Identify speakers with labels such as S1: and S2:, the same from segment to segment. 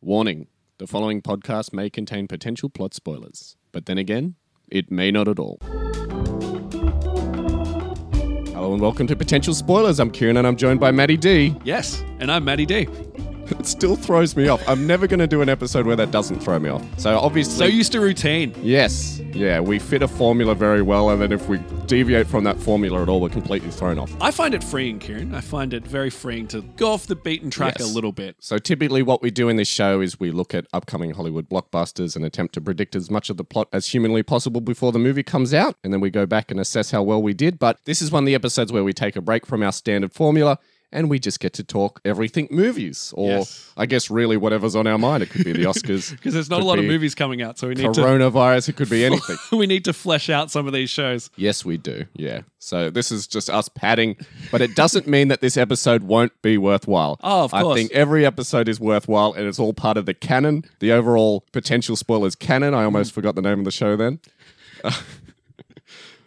S1: Warning the following podcast may contain potential plot spoilers, but then again, it may not at all. Hello and welcome to Potential Spoilers. I'm Kieran and I'm joined by Maddie D.
S2: Yes, and I'm Matty D.
S1: It still throws me off. I'm never going to do an episode where that doesn't throw me off. So obviously.
S2: So used to routine.
S1: Yes, yeah, we fit a formula very well, and then if we deviate from that formula at all, we're completely thrown off.
S2: I find it freeing, Kieran. I find it very freeing to go off the beaten track
S1: Yes.
S2: a little bit.
S1: So typically, what we do in this show is we look at upcoming Hollywood blockbusters and attempt to predict as much of the plot as humanly possible before the movie comes out, and then we go back and assess how well we did. But this is one of the episodes where we take a break from our standard formula. And we just get to talk everything movies, or
S2: Yes.
S1: I guess really whatever's on our mind. It could be the Oscars,
S2: Because there's not
S1: could
S2: a lot of
S1: be
S2: movies coming out, so we need
S1: coronavirus. It could be anything.
S2: to we need to flesh out some of these shows.
S1: Yes, we do. Yeah. So this is just us padding, but it doesn't mean that this episode won't be worthwhile.
S2: Oh, of
S1: I
S2: course.
S1: think every episode is worthwhile and it's all part of the canon, the overall potential spoilers canon. I almost forgot the name of the show then.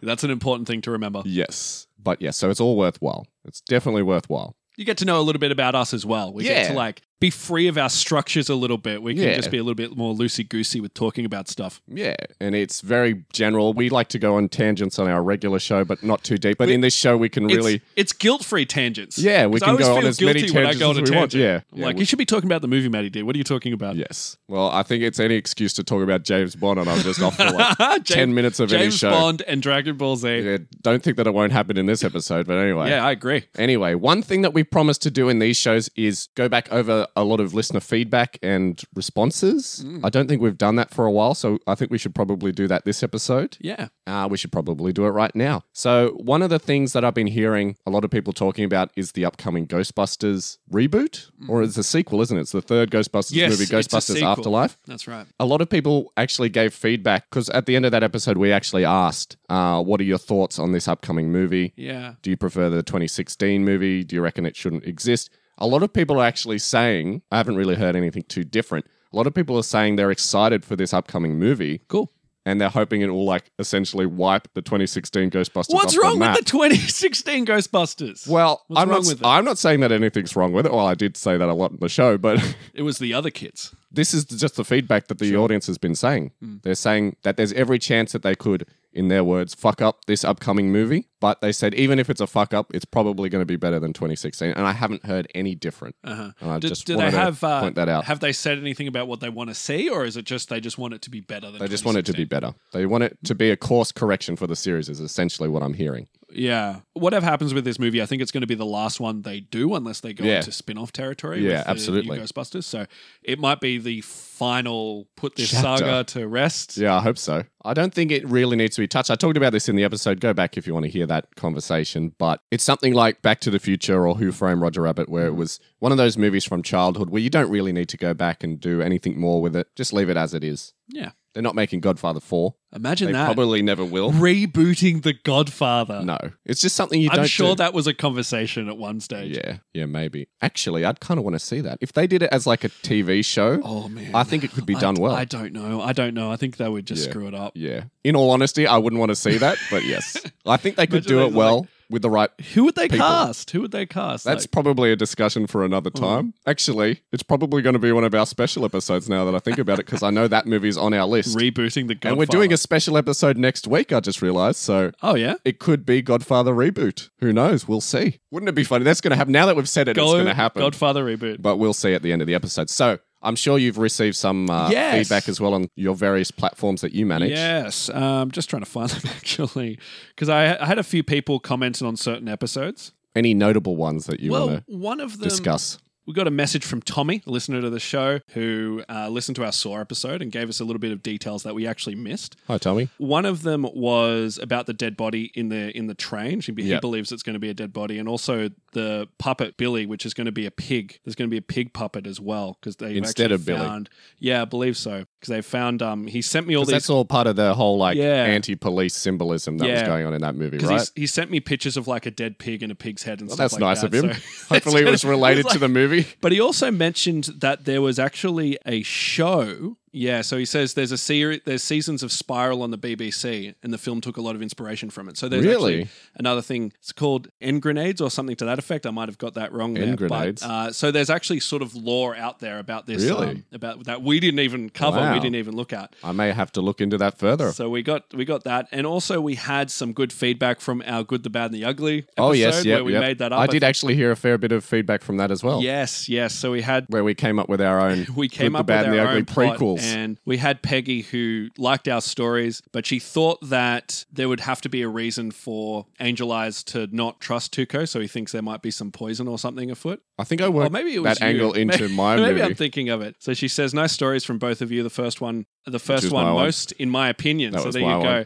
S2: That's an important thing to remember.
S1: Yes. But yes, so it's all worthwhile. It's definitely worthwhile.
S2: You get to know a little bit about us as well. We get
S1: Yeah.
S2: to like be free of our structures a little bit. We can
S1: Yeah.
S2: just be a little bit more loosey goosey with talking about stuff.
S1: Yeah. And it's very general. We like to go on tangents on our regular show, but not too deep. But in this show, we can really.
S2: It's, it's guilt free tangents.
S1: Yeah, we
S2: 'Cause I
S1: can
S2: always
S1: go on
S2: feel
S1: as many
S2: guilty when I
S1: tangents
S2: go on
S1: as
S2: a
S1: we want.
S2: tangent.
S1: Yeah.
S2: I'm
S1: Yeah,
S2: like,
S1: we-
S2: you should be talking about the movie, Matty D. What are you talking about?
S1: Yes. Well, I think it's any excuse to talk about James Bond, and I'm just off for like 10 minutes of any
S2: James
S1: show.
S2: Bond and Dragon Ball Z.
S1: Yeah, don't think that it won't happen in this episode, but anyway.
S2: Yeah, I agree.
S1: Anyway, one thing that we promised to do in these shows is go back over a lot of listener feedback and responses.
S2: Mm.
S1: I don't think we've done that for a while, so I think we should probably do that this episode.
S2: Yeah.
S1: Uh, we should probably do it right now. So, one of the things that I've been hearing a lot of people talking about is the upcoming Ghostbusters reboot, or it's a sequel, isn't it? It's the third Ghostbusters
S2: Mm. Yes,
S1: movie,
S2: it's a
S1: Ghostbusters
S2: sequel.
S1: Afterlife
S2: That's right.
S1: a lot of people actually gave feedback because at the end of that episode, we actually asked, uh, "What are your thoughts on this upcoming movie?
S2: Yeah.
S1: Do you prefer the 2016 movie? Do you reckon it shouldn't exist?" A lot of people are actually saying, I haven't really heard anything too different. A lot of people are saying they're excited for this upcoming movie
S2: Cool.
S1: and they're hoping it will like essentially wipe the 2016 Ghostbusters.
S2: What's
S1: off
S2: wrong
S1: the map.
S2: with the 2016 Ghostbusters?
S1: Well,
S2: What's
S1: I'm
S2: wrong
S1: not.
S2: with it?
S1: I'm not saying that anything's wrong with it. Well, I did say that a lot in the show, but.
S2: it was the other kids.
S1: this is just the feedback that the audience has been saying.
S2: Hmm.
S1: They're saying that there's every chance that they could, in their words, fuck up this upcoming movie. But they said even if it's a fuck up, it's probably going to be better than 2016. And I haven't heard any different.
S2: Uh-huh.
S1: And I
S2: Do,
S1: just
S2: do they
S1: wanted to
S2: have uh,
S1: point that out.
S2: Have they said anything about what they want to see, or is it just they just want it to be better than?
S1: They just want it to be better. They want it to be a course correction for the series. Is essentially what I'm hearing.
S2: Yeah. Whatever happens with this movie, I think it's going to be the last one they do, unless they go
S1: Yeah.
S2: into spin-off territory.
S1: Yeah,
S2: with the
S1: absolutely.
S2: New Ghostbusters. So it might be the final put this
S1: Chapter.
S2: saga to rest.
S1: Yeah, I hope so. I don't think it really needs to be touched. I talked about this in the episode. Go back if you want to hear that conversation. But it's something like Back to the Future or Who Framed Roger Rabbit, where it was one of those movies from childhood where you don't really need to go back and do anything more with it. Just leave it as it is.
S2: Yeah.
S1: They're not making Godfather 4.
S2: Imagine
S1: They
S2: that
S1: probably never will.
S2: rebooting the Godfather.
S1: No. It's just something you
S2: I'm
S1: don't
S2: sure
S1: do.
S2: that was a conversation at one stage.
S1: Yeah, yeah, maybe. Actually, I'd kind of want to see that. If they did it as like a TV show,
S2: Oh man,
S1: I think it could be
S2: I-
S1: done well.
S2: I don't know. I don't know. I think they would just
S1: Yeah.
S2: screw it up.
S1: yeah. In all honesty, I wouldn't want to see that, but yes. I think they could
S2: Imagine
S1: do
S2: they
S1: it
S2: just
S1: well with the right
S2: Who would they
S1: People.
S2: cast? Who would they cast?
S1: That's
S2: Like, Hmm.
S1: probably a discussion for another time. Actually, it's probably going to be one of our special episodes now that I think about it, because I know that movie's on our list.
S2: rebooting the Godfather.
S1: and we're doing a special episode next week, I just realized. So
S2: oh yeah.
S1: it could be Godfather reboot. Who knows? We'll see. Wouldn't it be funny? That's going to happen. Now that we've said it, it's
S2: Go
S1: going to happen.
S2: Godfather reboot.
S1: But we'll see at the end of the episode. So I'm sure you've received some uh,
S2: Yes.
S1: feedback as well on your various platforms that you manage.
S2: Yes, um, just trying to find them actually, because I, I had a few people commenting on certain episodes.
S1: Any notable ones that you
S2: well, um,
S1: want
S2: one of
S1: to
S2: them
S1: discuss?
S2: We got a message from Tommy, a listener to the show, who uh, listened to our Saw episode and gave us a little bit of details that we actually missed.
S1: Hi, Tommy.
S2: One of them was about the dead body in the in the train. She, He
S1: Yep.
S2: believes it's going to be a dead body, and also the puppet Billy, which is going to be a pig. There's going to be a pig puppet as well because they
S1: Instead of Billy.
S2: found, Yeah, I believe so because they found. Um, he sent me all
S1: 'Cause
S2: these
S1: that's all part of the whole like
S2: Yeah.
S1: anti-police symbolism that was
S2: Yeah.
S1: going on in that movie,
S2: because
S1: right?
S2: he sent me pictures of like a dead pig and a pig's head and
S1: Well,
S2: stuff
S1: that's
S2: like
S1: nice of
S2: that,
S1: him.
S2: so- it's
S1: Hopefully, it was
S2: gonna-
S1: related
S2: it's
S1: to the movie.
S2: But he also mentioned that there was actually a show Yeah, so he says there's a series, there's seasons of Spiral on the BBC, and the film took a lot of inspiration from it. So there's
S1: Really?
S2: actually another thing. It's called End Grenades or something to that effect. I might have got that wrong. there,
S1: End Grenades.
S2: But, uh, so there's actually sort of lore out there about this,
S1: Really?
S2: um, about that we didn't even cover,
S1: Wow.
S2: we didn't even look at.
S1: I may have to look into that further.
S2: So we got we got that, and also we had some good feedback from our Good, the Bad, and the Ugly. Episode
S1: oh yes, yeah,
S2: where we made that up.
S1: I did actually hear a fair bit of feedback from that as well.
S2: Yes, yes. So we had
S1: where we came up with our own.
S2: we came
S1: Good,
S2: up
S1: the bad, and
S2: with our
S1: the ugly
S2: own plot,
S1: prequels.
S2: and we had Peggy who liked our stories, but she thought that there would have to be a reason for Angel Eyes to not trust Tuco, so he thinks there might be some poison or something afoot.
S1: I think I worked
S2: Or maybe it was
S1: that
S2: you.
S1: angle into
S2: Maybe-
S1: my
S2: maybe
S1: movie.
S2: I'm thinking of it. So she says, "Nice stories from both of you. The first one, the first
S1: was
S2: one,
S1: my one.
S2: most in my opinion.
S1: That
S2: so
S1: was
S2: there you
S1: my
S2: go.
S1: one.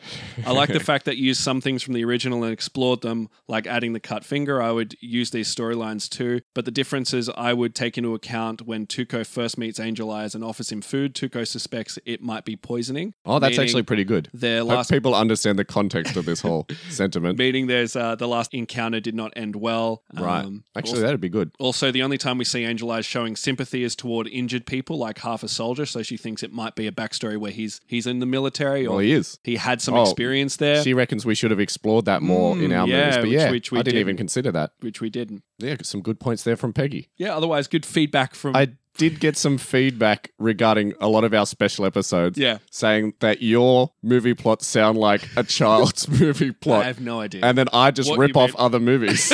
S2: I like the fact that you used some things from the original and explored them, like adding the cut finger. I would use these storylines too, but the differences I would take into account when Tuco first meets Angel Eyes and offers him food. Tuco suspects it might be poisoning.
S1: oh, that's
S2: meaning
S1: actually pretty good.
S2: their
S1: Hope
S2: last
S1: people understand the context of this whole sentiment.
S2: meeting. There's uh, the last encounter did not end well.
S1: right.
S2: Um,
S1: actually, that'd be good.
S2: Also, the only time we see Angel Eyes showing sympathy is toward injured people, like half a soldier. So she thinks it might be a backstory where he's he's in the military or
S1: Well, he is.
S2: he had some
S1: Oh,
S2: experience there,
S1: She reckons we should have explored that more in
S2: Mm,
S1: our
S2: yeah,
S1: movies. But
S2: which-
S1: yeah,
S2: which we
S1: I didn't even
S2: didn't.
S1: consider that.
S2: which we didn't.
S1: Yeah, some good points there from Peggy.
S2: Yeah. Otherwise, good feedback from
S1: I did get some feedback regarding a lot of our special episodes.
S2: yeah.
S1: Saying that your movie plots sound like a child's movie
S2: I
S1: plot,
S2: have no idea.
S1: and then I just
S2: What
S1: rip
S2: you
S1: off
S2: mean.
S1: other movies.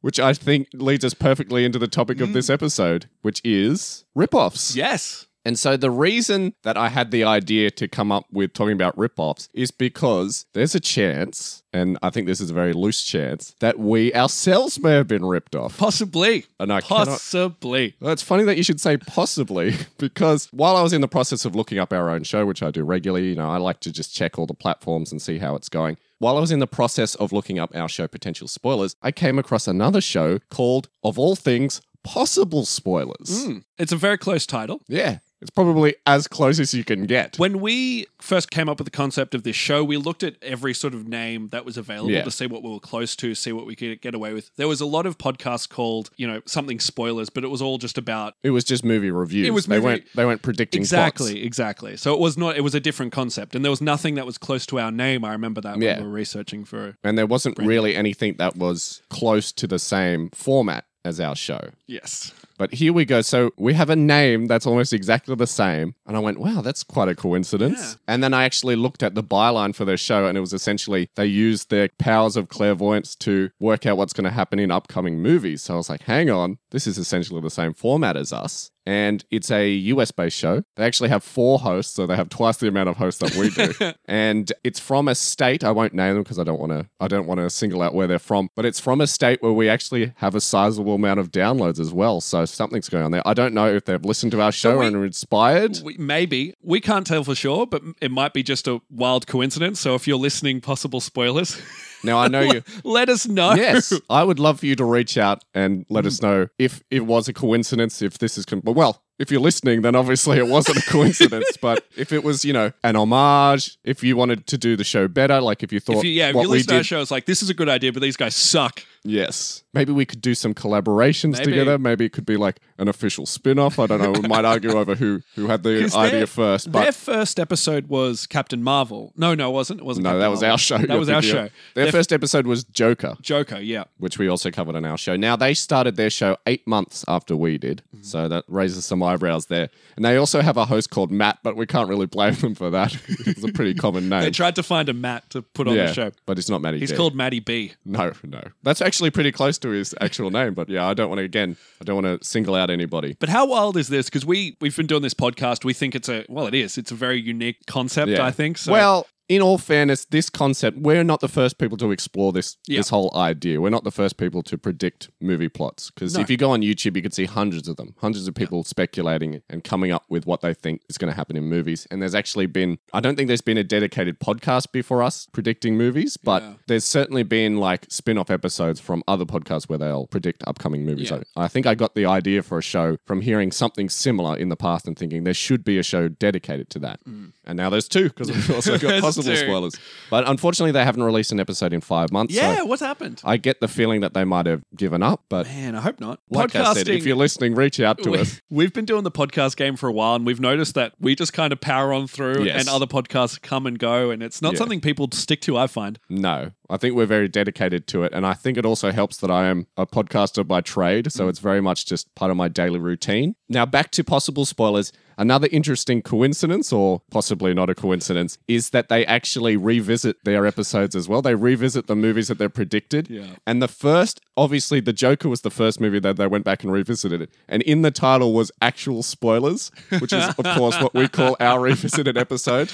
S1: Which I think leads us perfectly into the topic of
S2: Mm.
S1: this episode, which is rip-offs.
S2: yes.
S1: And so the reason that I had the idea to come up with talking about rip-offs is because there's a chance, and I think this is a very loose chance, that we ourselves may have been ripped off.
S2: Possibly.
S1: And I cannot
S2: Possibly.
S1: well, it's funny that you should say possibly because while I was in the process of looking up our own show, which I do regularly, you know, I like to just check all the platforms and see how it's going. While I was in the process of looking up our show potential spoilers, I came across another show called, of all things, Possible Spoilers.
S2: Hmm. It's a very close title.
S1: Yeah, it's probably as close as you can get.
S2: When we first came up with the concept of this show, we looked at every sort of name that was available
S1: Yeah.
S2: to see what we were close to, see what we could get away with. There was a lot of podcasts called, you know, something spoilers, but it was all just about
S1: It was just movie reviews.
S2: It was
S1: they
S2: movie-
S1: weren't they weren't predicting
S2: exactly,
S1: plots.
S2: exactly. So it was not. It was a different concept, and there was nothing that was close to our name. I remember that
S1: Yeah.
S2: when we were researching for.
S1: And there wasn't really anything that was close to the same format as our show.
S2: Yes.
S1: But here we go. So we have a name that's almost exactly the same. And I went, wow, that's quite a coincidence. And then I actually looked at the byline for their show, and it was essentially they used their powers of clairvoyance to work out what's going to happen in upcoming movies. So I was like, hang on, this is essentially the same format as us. And it's a US based show. They actually have four hosts, so they have twice the amount of hosts that we do. and it's from a state, I won't name them because I don't want to I don't want to single out where they're from, but it's from a state where we actually have a sizable amount of downloads as well. So something's going on there. I don't know if they've listened to our show
S2: we-
S1: and are inspired.
S2: We, maybe we can't tell for sure, but it might be just a wild coincidence. So if you're listening, possible spoilers,
S1: Now I know you
S2: let us know.
S1: yes, I would love for you to reach out and let us know if it was a coincidence, if this is. Con- well, if you're listening, then obviously it wasn't a coincidence. but if it was, you know, an homage, if you wanted to do the show better, like if you thought
S2: If you, yeah, if
S1: what
S2: you
S1: we
S2: listen to our
S1: did,
S2: show, it's like this is a good idea, but these guys suck.
S1: yes, maybe we could do some collaborations
S2: Maybe.
S1: together. Maybe it could be like an official spin off. I don't know. We might argue over who who had the
S2: 'Cause
S1: idea
S2: their-
S1: first,
S2: Their
S1: but.
S2: first episode was Captain Marvel. No, no, it wasn't. It wasn't.
S1: No,
S2: Captain
S1: that was
S2: Marvel.
S1: our show.
S2: That
S1: You're
S2: was our
S1: thinking
S2: show.
S1: of- Their first episode was Joker.
S2: Joker. Yeah.
S1: which we also covered on our show. Now they started their show eight months after we did,
S2: Mm-hmm.
S1: so that raises some eyebrows there. And they also have a host called Matt, but we can't really blame them for that. it's a pretty common
S2: They
S1: name.
S2: tried to find a Matt to put on
S1: yeah,
S2: the show.
S1: but it's not Matty.
S2: He's
S1: D.
S2: called Matty B.
S1: no, no. That's actually pretty close to his actual name, but yeah, I don't want to again. I don't want to single out anybody.
S2: But how wild is this? Because we we've been doing this podcast. We think it's a well, it is. It's a very unique concept.
S1: Yeah.
S2: I think. So.
S1: Well, in all fairness, this concept, we're not the first people to explore this
S2: Yeah.
S1: this whole idea. We're not the first people to predict movie plots because
S2: No.
S1: if you go on YouTube, you can see hundreds of them, hundreds of people speculating and coming up with what they think is going to happen in movies. And there's actually been, I don't think there's been a dedicated podcast before us predicting movies, but
S2: Yeah.
S1: there's certainly been like spin off episodes from other podcasts where they'll predict upcoming movies.
S2: Yeah.
S1: I I think I got the idea for a show from hearing something
S2: Mm.
S1: similar in the past and thinking there should be a show dedicated to that. And now there's two because we've also got
S2: There's a
S1: possible
S2: too.
S1: spoilers. But unfortunately, they haven't released an episode in five months.
S2: Yeah,
S1: So
S2: what's happened?
S1: I get the feeling that they might have given up. But
S2: Man, I hope not.
S1: like I said, if you're listening, reach out to
S2: we,
S1: us.
S2: We've been doing the podcast game for a while, and we've noticed that we just kind of power on through,
S1: Yes.
S2: and other podcasts come and go, and it's not
S1: Yeah.
S2: something people stick to. I find.
S1: No, I think we're very dedicated to it. And I think it also helps that I am a podcaster by trade. So it's very much just part of my daily routine. Now, back to possible spoilers. Another interesting coincidence, or possibly not a coincidence, is that they actually revisit their episodes as well. They revisit the movies that they're predicted.
S2: Yeah.
S1: And the first, obviously, The Joker was the first movie that they went back and revisited it. And in the title was actual spoilers, which is, of course, what we call our revisited episode.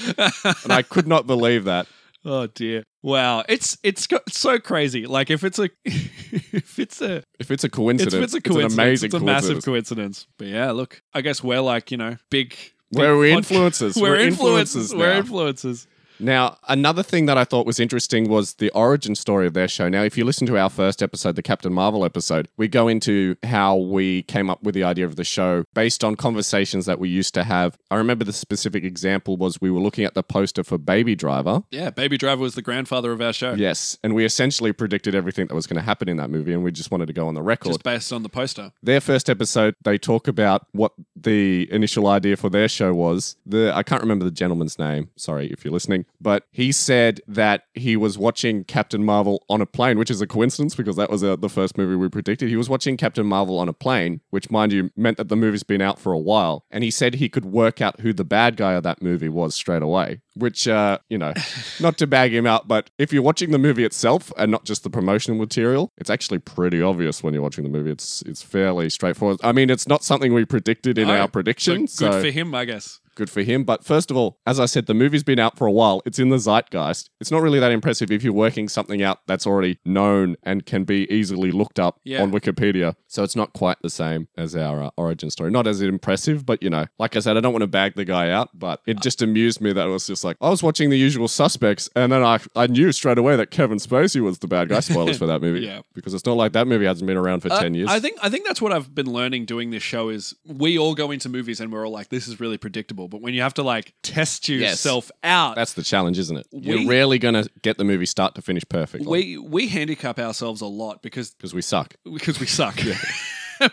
S1: And I could not believe that.
S2: Oh dear! Wow, it's it's, go- it's so crazy. Like if it's a if it's a
S1: If it's a
S2: it's,
S1: coincidence,
S2: if it's a coincidence, it's,
S1: an amazing
S2: a
S1: coincidence.
S2: massive coincidence. But yeah, look, I guess we're like you know big.
S1: We're
S2: big pod-
S1: influencers.
S2: We're,
S1: We're
S2: influencers.
S1: influencers
S2: We're
S1: now.
S2: influencers.
S1: Now, another thing that I thought was interesting was the origin story of their show. Now, if you listen to our first episode, the Captain Marvel episode, we go into how we came up with the idea of the show based on conversations that we used to have. I remember the specific example was we were looking at the poster for Baby Driver.
S2: Yeah, Baby Driver was the grandfather of our show.
S1: Yes, and we essentially predicted everything that was going to happen in that movie, and we just wanted to go on the record.
S2: Just based on the poster.
S1: their first episode, they talk about what the initial idea for their show was. The I can't remember the gentleman's name. Sorry if you're listening, but he said that he was watching Captain Marvel on a plane, which is a coincidence because that was uh, the first movie we predicted. He was watching Captain Marvel on a plane, which, mind you, meant that the movie's been out for a while, and he said he could work out who the bad guy of that movie was straight away. Which, uh, you know, not to bag him out, but if you're watching the movie itself and not just the promotional material, it's actually pretty obvious when you're watching the movie. It's it's fairly straightforward. I mean, it's not something we predicted in
S2: No,
S1: our
S2: So
S1: prediction,
S2: good
S1: so,
S2: for him, I guess.
S1: good for him. But first of all, as I said, the movie's been out for a while. It's in the zeitgeist. It's not really that impressive if you're working something out that's already known and can be easily looked up
S2: Yeah.
S1: on Wikipedia. So it's not quite the same as our uh, origin story. Not as impressive, but you know, like I said, I don't want to bag the guy out, but it just amused me that it was just like I was watching The Usual Suspects, and then I I knew straight away that Kevin Spacey was the bad guy. Spoilers for that movie,
S2: Yeah.
S1: because it's not like that movie hasn't been around for
S2: Uh,
S1: ten years.
S2: I think I think that's what I've been learning doing this show is we all go into movies and we're all like, this is really predictable. But when you have to like test yourself out,
S1: that's the challenge, isn't it?
S2: We-
S1: You're rarely gonna get the movie start to finish perfectly.
S2: we we handicap ourselves a lot because
S1: because we suck.
S2: because we suck.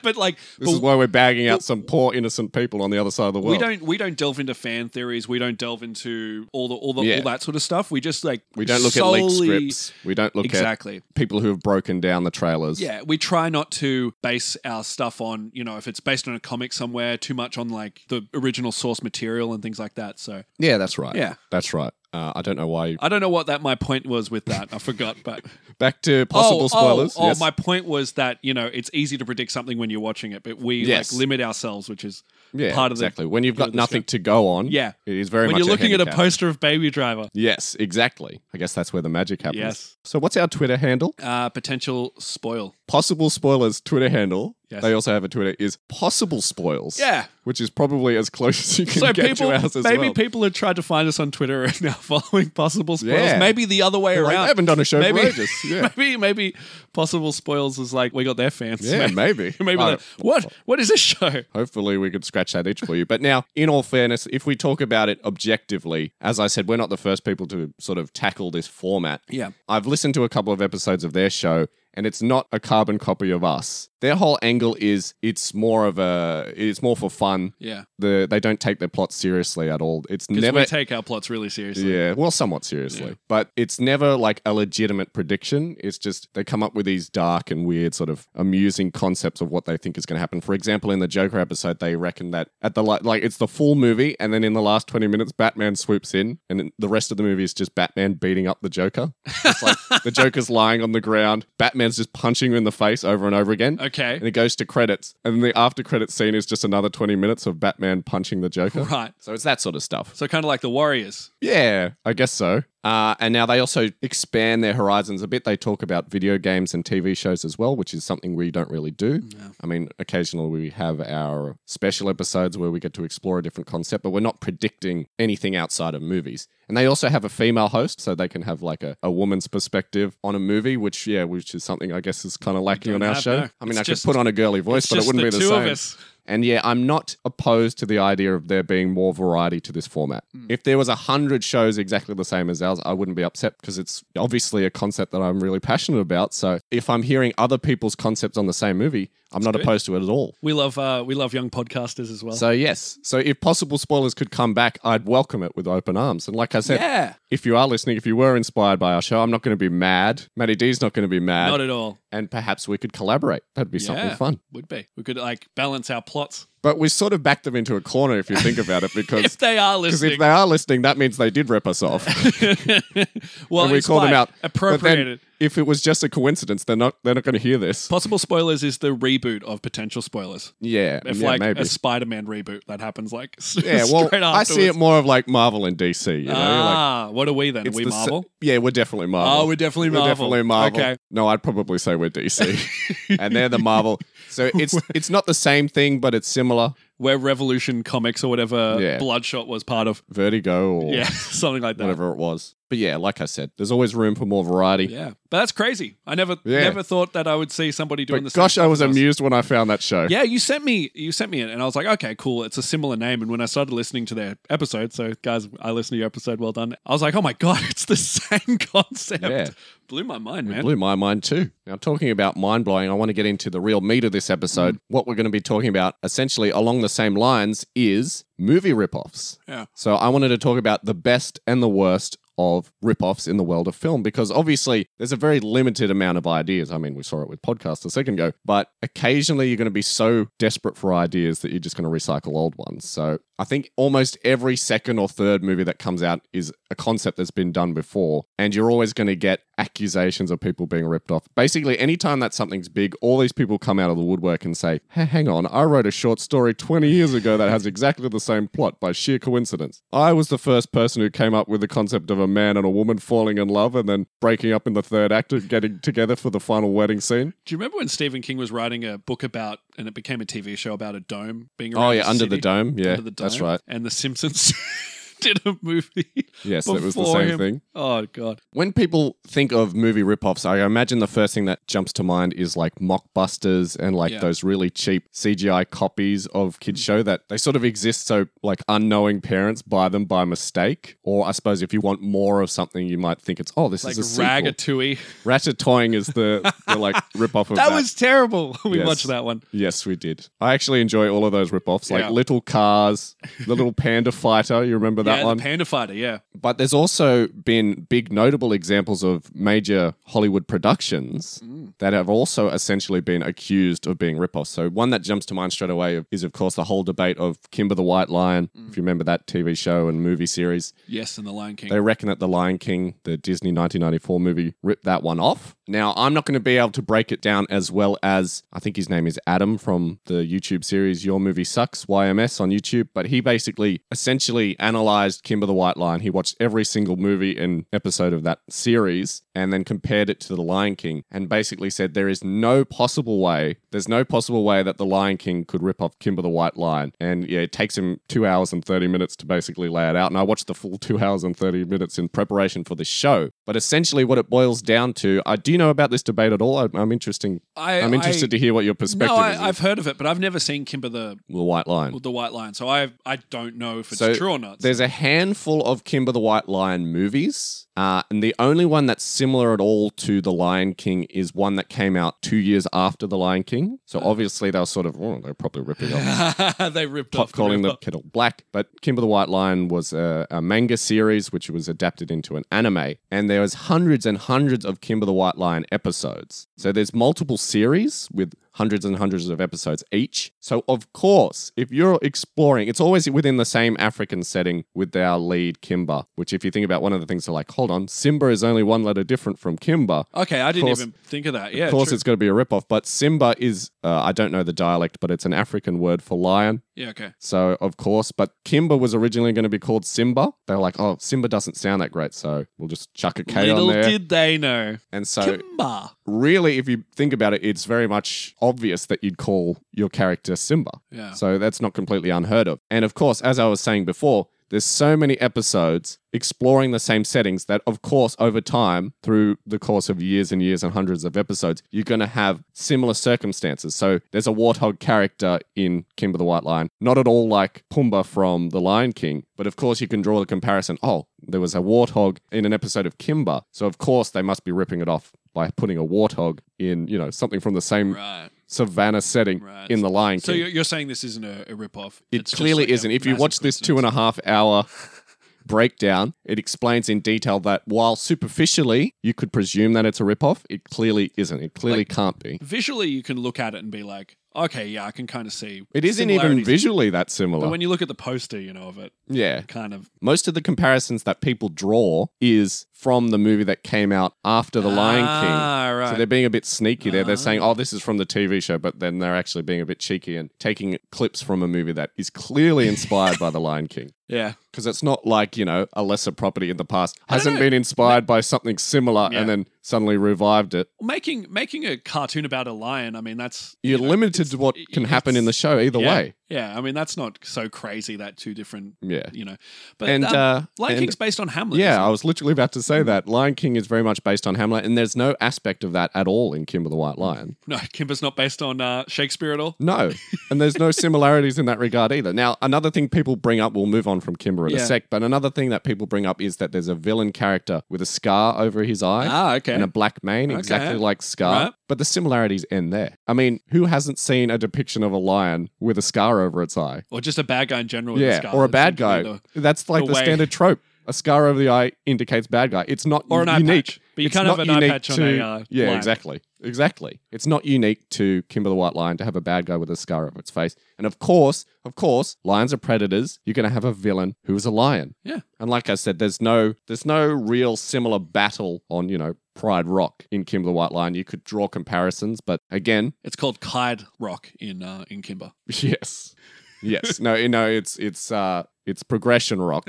S2: but like
S1: This is
S2: but
S1: why we're bagging out some poor innocent people on the other side of the world.
S2: we don't we don't delve into fan theories. We don't delve into all the all the
S1: Yeah.
S2: all that sort of stuff. We just like
S1: We don't look at leaked
S2: solely-
S1: scripts. We don't look
S2: Exactly.
S1: at people who have broken down the trailers.
S2: Yeah, we try not to base our stuff on, you know, if it's based on a comic somewhere, too much on like the original source material and things like that. So
S1: yeah, that's right.
S2: Yeah.
S1: that's right. Uh, I don't know why.
S2: I don't know what that my point was with that. I forgot, but
S1: Back to possible
S2: oh,
S1: spoilers.
S2: Oh, oh,
S1: yes.
S2: my point was that you know it's easy to predict something when you're watching it, but we
S1: Yes.
S2: like limit ourselves, which is
S1: yeah,
S2: part of the-
S1: exactly. When you've
S2: part
S1: got
S2: of the
S1: nothing to go on,
S2: Yeah.
S1: it is very
S2: when
S1: much
S2: you're looking at a
S1: handicap.
S2: poster of Baby Driver.
S1: Yes, exactly. I guess that's where the magic happens.
S2: Yes.
S1: So, what's our Twitter handle?
S2: Uh, potential spoil.
S1: Possible spoilers Twitter handle.
S2: Yes.
S1: They also have a Twitter. Is possible spoils.
S2: Yeah.
S1: which is probably as close as you can
S2: So
S1: get
S2: people,
S1: to ours as
S2: maybe
S1: well.
S2: people have tried to find us on Twitter and now following possible spoils.
S1: Yeah.
S2: Maybe the other way
S1: Like,
S2: around.
S1: I haven't done a show
S2: maybe,
S1: for ages. Yeah.
S2: maybe, maybe possible spoils is like we got their fans.
S1: Yeah, maybe.
S2: maybe
S1: I
S2: like, what? What is this show?
S1: Hopefully, we could scratch that itch for you. But now, in all fairness, if we talk about it objectively, as I said, we're not the first people to sort of tackle this format.
S2: Yeah.
S1: I've listened to a couple of episodes of their show, and it's not a carbon copy of us. Their whole angle is it's more of a it's more for fun.
S2: Yeah,
S1: The they don't take their plot seriously at all. It's
S2: because
S1: never
S2: we take our plots really seriously.
S1: yeah, well, somewhat seriously, but it's never like a legitimate prediction. It's just they come up with these dark and weird, sort of amusing concepts of what they think is going to happen. For example, in the Joker episode, they reckon that at the li- like it's the full movie, and then in the last twenty minutes, Batman swoops in, and then the rest of the movie is just Batman beating up the Joker. It's like the Joker's lying on the ground, Batman's just punching him in the face over and over again.
S2: Okay.
S1: And it goes to credits, and then the after credit scene is just another twenty minutes of Batman punching the Joker.
S2: Right.
S1: So it's that sort of stuff.
S2: So kind of like the Warriors.
S1: Yeah, I guess so. Uh, and now they also expand their horizons a bit. They talk about video games and TV shows as well, which is something we don't really do. I mean, occasionally we have our special episodes where we get to explore a different concept, but we're not predicting anything outside of movies. And they also have a female host, so they can have like a, a woman's perspective on a movie, which, yeah, which is something I guess is kind of lacking on
S2: don't
S1: our
S2: have,
S1: show.
S2: no.
S1: I mean,
S2: It's
S1: I
S2: just-
S1: could put on a girly voice, but it
S2: Just
S1: wouldn't be the
S2: two
S1: same.
S2: of us.
S1: And yeah, I'm not opposed to the idea of there being more variety to this format.
S2: Hmm.
S1: If there was a hundred shows exactly the same as ours, I wouldn't be upset because it's obviously a concept that I'm really passionate about. So if I'm hearing other people's concepts on the same movie, I'm not opposed to it at all.
S2: We love uh, we love young podcasters as well.
S1: So yes, so if possible spoilers could come back, I'd welcome it with open arms. And like I said,
S2: yeah,
S1: if you are listening, if you were inspired by our show, I'm not going to be mad. Matty D's not going to be mad,
S2: not at all.
S1: and perhaps we could collaborate. That'd be something
S2: Yeah.
S1: fun.
S2: Would be. We could like balance our plots
S1: But we sort of backed them into a corner if you think about it, because
S2: if they are
S1: 'cause if
S2: listening.
S1: they are listening, that means they did rip us off.
S2: well,
S1: and we
S2: it's
S1: call them
S2: fine.
S1: out. But then
S2: Appropriated.
S1: if it was just a coincidence, they're not they're not going to hear this.
S2: Possible spoilers is the reboot of potential spoilers.
S1: Yeah,
S2: If
S1: yeah,
S2: like
S1: maybe.
S2: a Spider-Man reboot that happens like
S1: yeah, well, I see it more of like Marvel and DC. You know, like
S2: ah, what are we then? Are we
S1: the se-
S2: Marvel?
S1: yeah, we're definitely Marvel.
S2: Oh, we're definitely
S1: We're
S2: Marvel.
S1: definitely Marvel.
S2: Okay.
S1: No, I'd probably say we're DC, and they're the Marvel. So it's it's not the same thing, but it's similar.
S2: Where Revolution Comics or whatever
S1: Yeah.
S2: Bloodshot was part of.
S1: Vertigo or
S2: Yeah, something like that.
S1: whatever it was. But yeah, like I said, there's always room for more variety.
S2: Yeah, but that's crazy. I never
S1: Yeah.
S2: never thought that I would see somebody doing
S1: But
S2: this.
S1: gosh, I was amused when I found that show.
S2: Yeah, you sent me you sent me it, and I was like, okay, cool. It's a similar name. And when I started listening to their episode, so guys, I listened to your episode. Well done. I was like, oh my god, it's the same concept.
S1: Yeah.
S2: Blew my mind, man.
S1: Blew my mind too. Now, talking about mind blowing, I want to get into the real meat of this episode.
S2: Mm.
S1: What we're going to be talking about, essentially along the same lines, is movie ripoffs.
S2: Yeah.
S1: So I wanted to talk about the best and the worst of ripoffs in the world of film because obviously there's a very limited amount of ideas. I mean, we saw it with podcasts a second ago, but occasionally you're going to be so desperate for ideas that you're just going to recycle old ones. So I think almost every second or third movie that comes out is a concept that's been done before, and you're always going to get accusations of people being ripped off. Basically, anytime that something's big, all these people come out of the woodwork and say, "Hey, hang on, I wrote a short story 20 years ago that has exactly the same plot by sheer coincidence. I was the first person who came up with the concept of a man and a woman falling in love and then breaking up in the third act and getting together for the final wedding scene.
S2: Do you remember when Stephen King was writing a book about, and it became a TV show about a dome being?
S1: Oh
S2: around
S1: yeah,
S2: the
S1: under the
S2: city?
S1: dome. Yeah,
S2: Under the Dome.
S1: that's right.
S2: And The Simpsons did a movie.
S1: Yes, it was the
S2: before
S1: same
S2: him.
S1: thing.
S2: Oh god.
S1: When people think of movie ripoffs, I imagine the first thing that jumps to mind is like mockbusters and like
S2: Yeah. Mm-hmm.
S1: those really cheap CGI copies of kids show that they sort of exist so like unknowing parents buy them by mistake. Or I suppose if you want more of something, you might think it's oh this
S2: Like
S1: is a sequel.
S2: Ragatouille.
S1: Ratatouille is the, the like ripoff of
S2: That
S1: that.
S2: was terrible. We
S1: Yes.
S2: watched that one.
S1: Yes, we did. I actually enjoy all of those ripoffs, like
S2: Yeah.
S1: Little Cars, the Little Panda Fighter. You remember that
S2: yeah,
S1: one?
S2: the Panda Fighter, yeah.
S1: But there's also been big notable examples of major Hollywood productions that have also essentially been accused of being ripoffs. So one that jumps to mind straight away of- is, of course, the whole debate of Kimber the White Lion. If you remember that TV show and movie series,
S2: Yes, and the Lion King.
S1: they reckon that The Lion King, the Disney 1994 movie, ripped that one off. Now, I'm not going to be able to break it down as well as I think his name is Adam from the YouTube series Your Movie Sucks, YMS on YouTube, but he basically essentially analyzed Kimber the White Lion. He watched every single movie and episode of that series and then compared it to The Lion King and basically said there is no possible way, there's no possible way that The Lion King could rip off Kimber the White Lion. And yeah, it takes him two hours and 30 minutes to basically lay it out. And I watched the full two hours and 30 minutes in preparation for this show. But essentially, what it boils down to, I do know about this debate at all. I'm, I'm interesting.
S2: I,
S1: I'm interested to hear what your
S2: I, No,
S1: perspective is.
S2: I,
S1: of
S2: I've heard of it, but I've never seen Kimber the
S1: the White Lion.
S2: the White Lion, so I I don't know if it's
S1: So,
S2: true or not.
S1: There's a handful of Kimber the White Lion movies, uh, and the only one that's similar at all to The Lion King is one that came out two years after The Lion King. So obviously they were sort of, oh, they're probably ripping off
S2: they ripped off
S1: Pop calling the
S2: the
S1: kettle black. But Kimber the White Lion was a, a manga series which was adapted into an anime, and there was hundreds and hundreds of Kimber the White Lion episodes. So there's multiple series with hundreds and hundreds of episodes each. So of course, if you're exploring, it's always within the same African setting with our lead Kimber. Which, if you think about one of the things, they're like, hold on, Simba is only one letter different from Kimber.
S2: Okay, I didn't
S1: course-
S2: even think of that. Yeah,
S1: Of course,
S2: true.
S1: it's going to be a ripoff, but Simba is, uh, I don't know the dialect, but it's an African word for lion.
S2: yeah, okay.
S1: So, of course, but Kimber was originally going to be called Simba. They were like, oh, Simba doesn't sound that great, so we'll just chuck a K
S2: Little
S1: on there.
S2: did they know.
S1: and so,
S2: Kimba.
S1: really, if you think about it, it's very much obvious that you'd call your character Simba.
S2: Yeah.
S1: So, that's not completely unheard of. And, of course, as I was saying before, There's so many episodes exploring the same settings that, of course, over time, through the course of years and years and hundreds of episodes, you're going to have similar circumstances. So there's a warthog character in Kimber the White Lion, not at all like Pumbaa from The Lion King, but of course, you can draw the comparison. Oh, there was a warthog in an episode of Kimber. So, of course, they must be ripping it off by putting a warthog in, you know, something from the same
S2: Right.
S1: savannah setting
S2: Right.
S1: in The Lion King.
S2: So you're, you're saying this isn't a, a rip-off.
S1: It
S2: It's just
S1: clearly
S2: like a
S1: isn't. If you
S2: massive
S1: watch this two
S2: coincidence.
S1: and a half hour breakdown, it explains in detail that while superficially you could presume that it's a ripoff, it clearly isn't. It clearly can't be.
S2: Visually, you can look at it and be like, okay, yeah, I can kind of see.
S1: It isn't even
S2: similarities.
S1: visually that similar.
S2: But when you look at the poster, you know, of it,
S1: yeah.
S2: kind of.
S1: Most of the comparisons that people draw is from the movie that came out after The Lion King.
S2: Ah, right. Ah.
S1: So they're being a bit sneaky there. They're saying, oh, this is from the TV show, but then they're actually being a bit cheeky and taking clips from a movie that is clearly inspired by The Lion King.
S2: yeah.
S1: Because it's not like, you know, a lesser property in the past
S2: don't
S1: hasn't
S2: know.
S1: been inspired by something similar
S2: Yeah.
S1: and then suddenly revived it.
S2: Making making a cartoon about a lion, I mean, that's
S1: You're limited to what
S2: it-
S1: can happen in the show either
S2: yeah,
S1: way.
S2: Yeah, I mean, that's not so crazy that two different,
S1: Yeah.
S2: you know. But
S1: and
S2: um,
S1: uh,
S2: Lion
S1: and-
S2: King's Mm. based on Hamlet.
S1: yeah,
S2: isn't
S1: I was literally about to say that. Lion King is very much based on Hamlet, and there's no aspect of that at all in Kimber the White Lion.
S2: it? no, Kimber's not based on uh, Shakespeare at all.
S1: No, and there's no similarities in that regard either. Now, another thing people bring up, we'll move on from Kimber in a
S2: Yeah.
S1: sec, but another thing that people bring up is that there's a villain character with a scar over his eye.
S2: Ah, okay.
S1: and a black mane,
S2: Okay.
S1: exactly like Scar.
S2: Right.
S1: But the similarities end there. I mean, who hasn't seen a depiction of a lion with a scar over its eye?
S2: or just a bad guy in general. with a
S1: yeah,
S2: scar.
S1: or a
S2: That's
S1: bad guy.
S2: simply the-
S1: That's like
S2: the
S1: the,
S2: way-
S1: standard trope. A scar over the eye indicates bad guy. It's not
S2: or an eye
S1: unique.
S2: patch. But you
S1: It's
S2: can't have
S1: not
S2: an eye
S1: unique
S2: patch on
S1: to-
S2: a uh,
S1: yeah,
S2: lion.
S1: exactly, exactly. It's not unique to Kimber the White Lion to have a bad guy with a scar over its face, and of course, of course, lions are predators. You're going to have a villain who is a lion.
S2: Yeah.
S1: and like I said, there's no there's no real similar battle on you know Pride Rock in Kimber the White Lion. You could draw comparisons, but again,
S2: It's called Kide Rock in uh, in Kimber.
S1: yes, yes, no, you know, it's it's uh it's progression rock.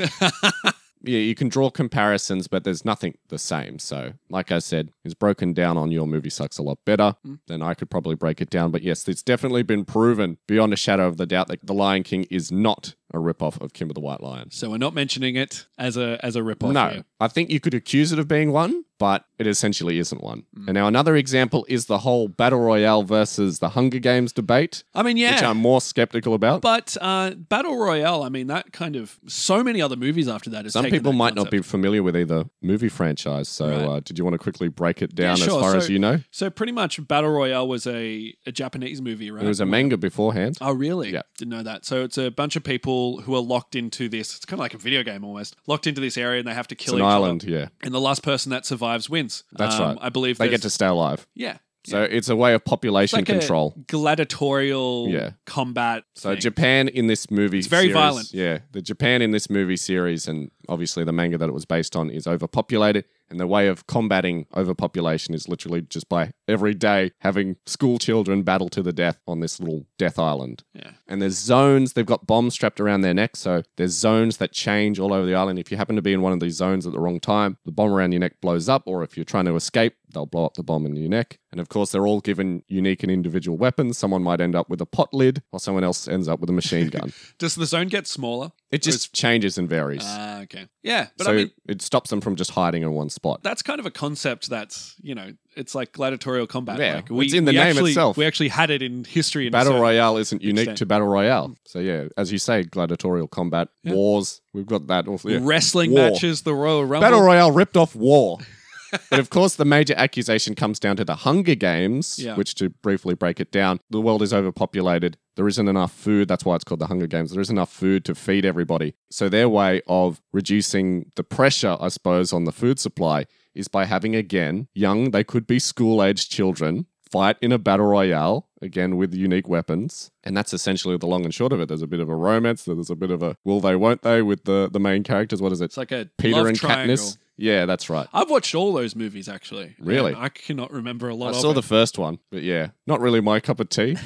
S1: yeah, you can draw comparisons, but there's nothing the same. So, like I said, it's broken down on your movie sucks a lot better
S2: Mm.
S1: than I could probably break it down. But yes, it's definitely been proven beyond a shadow of the doubt that The Lion King is not a ripoff of Kimber the White Lion.
S2: so we're not mentioning it as a as a ripoff.
S1: No,
S2: here.
S1: I think you could accuse it of being one, but it essentially isn't one.
S2: Hmm.
S1: And now another example is the whole battle royale versus the Hunger Games debate,
S2: I mean, yeah.
S1: which I'm more skeptical about.
S2: but uh, Battle Royale, I mean, that kind of so many other movies after that. has
S1: Some
S2: taken
S1: people
S2: that
S1: might not
S2: concept.
S1: be familiar with either movie franchise. So,
S2: Right.
S1: uh, did you want to quickly break it down
S2: sure.
S1: as far
S2: So-
S1: as you know?
S2: So pretty much, Battle Royale was a, a Japanese movie, right?
S1: It was a manga beforehand.
S2: Oh, really?
S1: Yeah.
S2: Didn't know that. So it's a bunch of people who are locked into this. It's kind of like a video game almost. Locked into this area and they have to
S1: It's
S2: kill
S1: an
S2: each
S1: island,
S2: other.
S1: yeah.
S2: And the last person that survives wins. Um,
S1: That's right.
S2: I believe
S1: They
S2: there's-
S1: get to stay alive.
S2: yeah.
S1: So it's a way of population
S2: like a-
S1: control.
S2: Gladiatorial
S1: Yeah.
S2: combat.
S1: so
S2: thing.
S1: Japan in this movie
S2: It's very
S1: series-
S2: violent.
S1: Yeah. The Japan in this movie series and obviously the manga that it was based on is overpopulated. And the way of combating overpopulation is literally just by every day having school children battle to the death on this little death island.
S2: yeah.
S1: and there's zones. They've got bombs strapped around their neck, so there's zones that change all over the island. If you happen to be in one of these zones at the wrong time, the bomb around your neck blows up, or if you're trying to escape, they'll blow up the bomb in your neck. And of course, they're all given unique and individual weapons. Someone might end up with a pot lid, or someone else ends up with a machine gun.
S2: Does the zone get smaller?
S1: it just changes and varies.
S2: Ah, okay. Yeah, but
S1: so
S2: I mean,
S1: it stops them from just hiding in one spot.
S2: that's kind of a concept that's you know, it's like gladiatorial combat.
S1: Yeah,
S2: like, we,
S1: it's in the
S2: we
S1: name
S2: actually,
S1: itself.
S2: We actually had it in history. In a
S1: Battle
S2: certain-
S1: Royale isn't unique
S2: extent.
S1: to Battle Royale. So, yeah, as you say, gladiatorial combat,
S2: Yeah.
S1: wars, we've got that. Also, yeah.
S2: wrestling
S1: War.
S2: matches, the Royal Rumble.
S1: Battle Royale ripped off war. but of course, the major accusation comes down to the Hunger Games,
S2: Yeah.
S1: which, to briefly break it down, the world is overpopulated. There isn't enough food. That's why it's called the Hunger Games. There isn't enough food to feed everybody. So, their way of reducing the pressure, I suppose, on the food supply is by having, again, young, they could be school aged children fight in a battle royale, again, with unique weapons. And that's essentially the long and short of it. There's a bit of a romance, there's a bit of a will they, won't they with the, the main characters. What is it?
S2: It's like a
S1: Peter
S2: love
S1: and
S2: triangle.
S1: Katniss. Yeah, that's right.
S2: I've watched all those movies actually.
S1: Really?
S2: And I cannot remember a lot.
S1: I
S2: of
S1: saw
S2: it.
S1: the first one, but yeah, not really my cup of tea.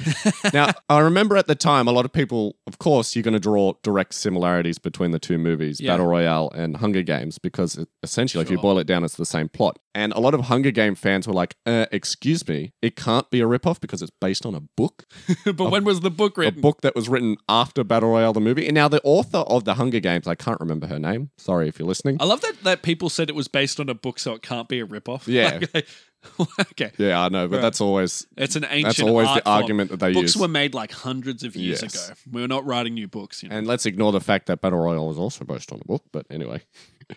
S1: now, I remember at the time, a lot of people, of course, you're going to draw direct similarities between the two movies,
S2: Yeah.
S1: Battle Royale and Hunger Games, because it, essentially, if you
S2: Sure.
S1: boil it down, it's the same plot. And a lot of Hunger Game fans were like, uh, excuse me, it can't be a ripoff because it's based on a book.
S2: but when was the book
S1: A
S2: written?
S1: book that was written after Battle Royale, the movie. And now the author of the Hunger Games, I can't remember her name. Sorry if you're listening.
S2: I love that that people said it was based on a book, so it can't be a ripoff.
S1: Yeah.
S2: Like, okay.
S1: yeah, I know, but
S2: Right.
S1: that's always
S2: It's an ancient.
S1: that's always
S2: uh, art
S1: the
S2: form.
S1: argument that they
S2: Books
S1: use.
S2: were made like hundreds of years
S1: Yes.
S2: ago. We were not writing new books. You know?
S1: And let's ignore the fact that Battle Royale is also based on a book, but anyway.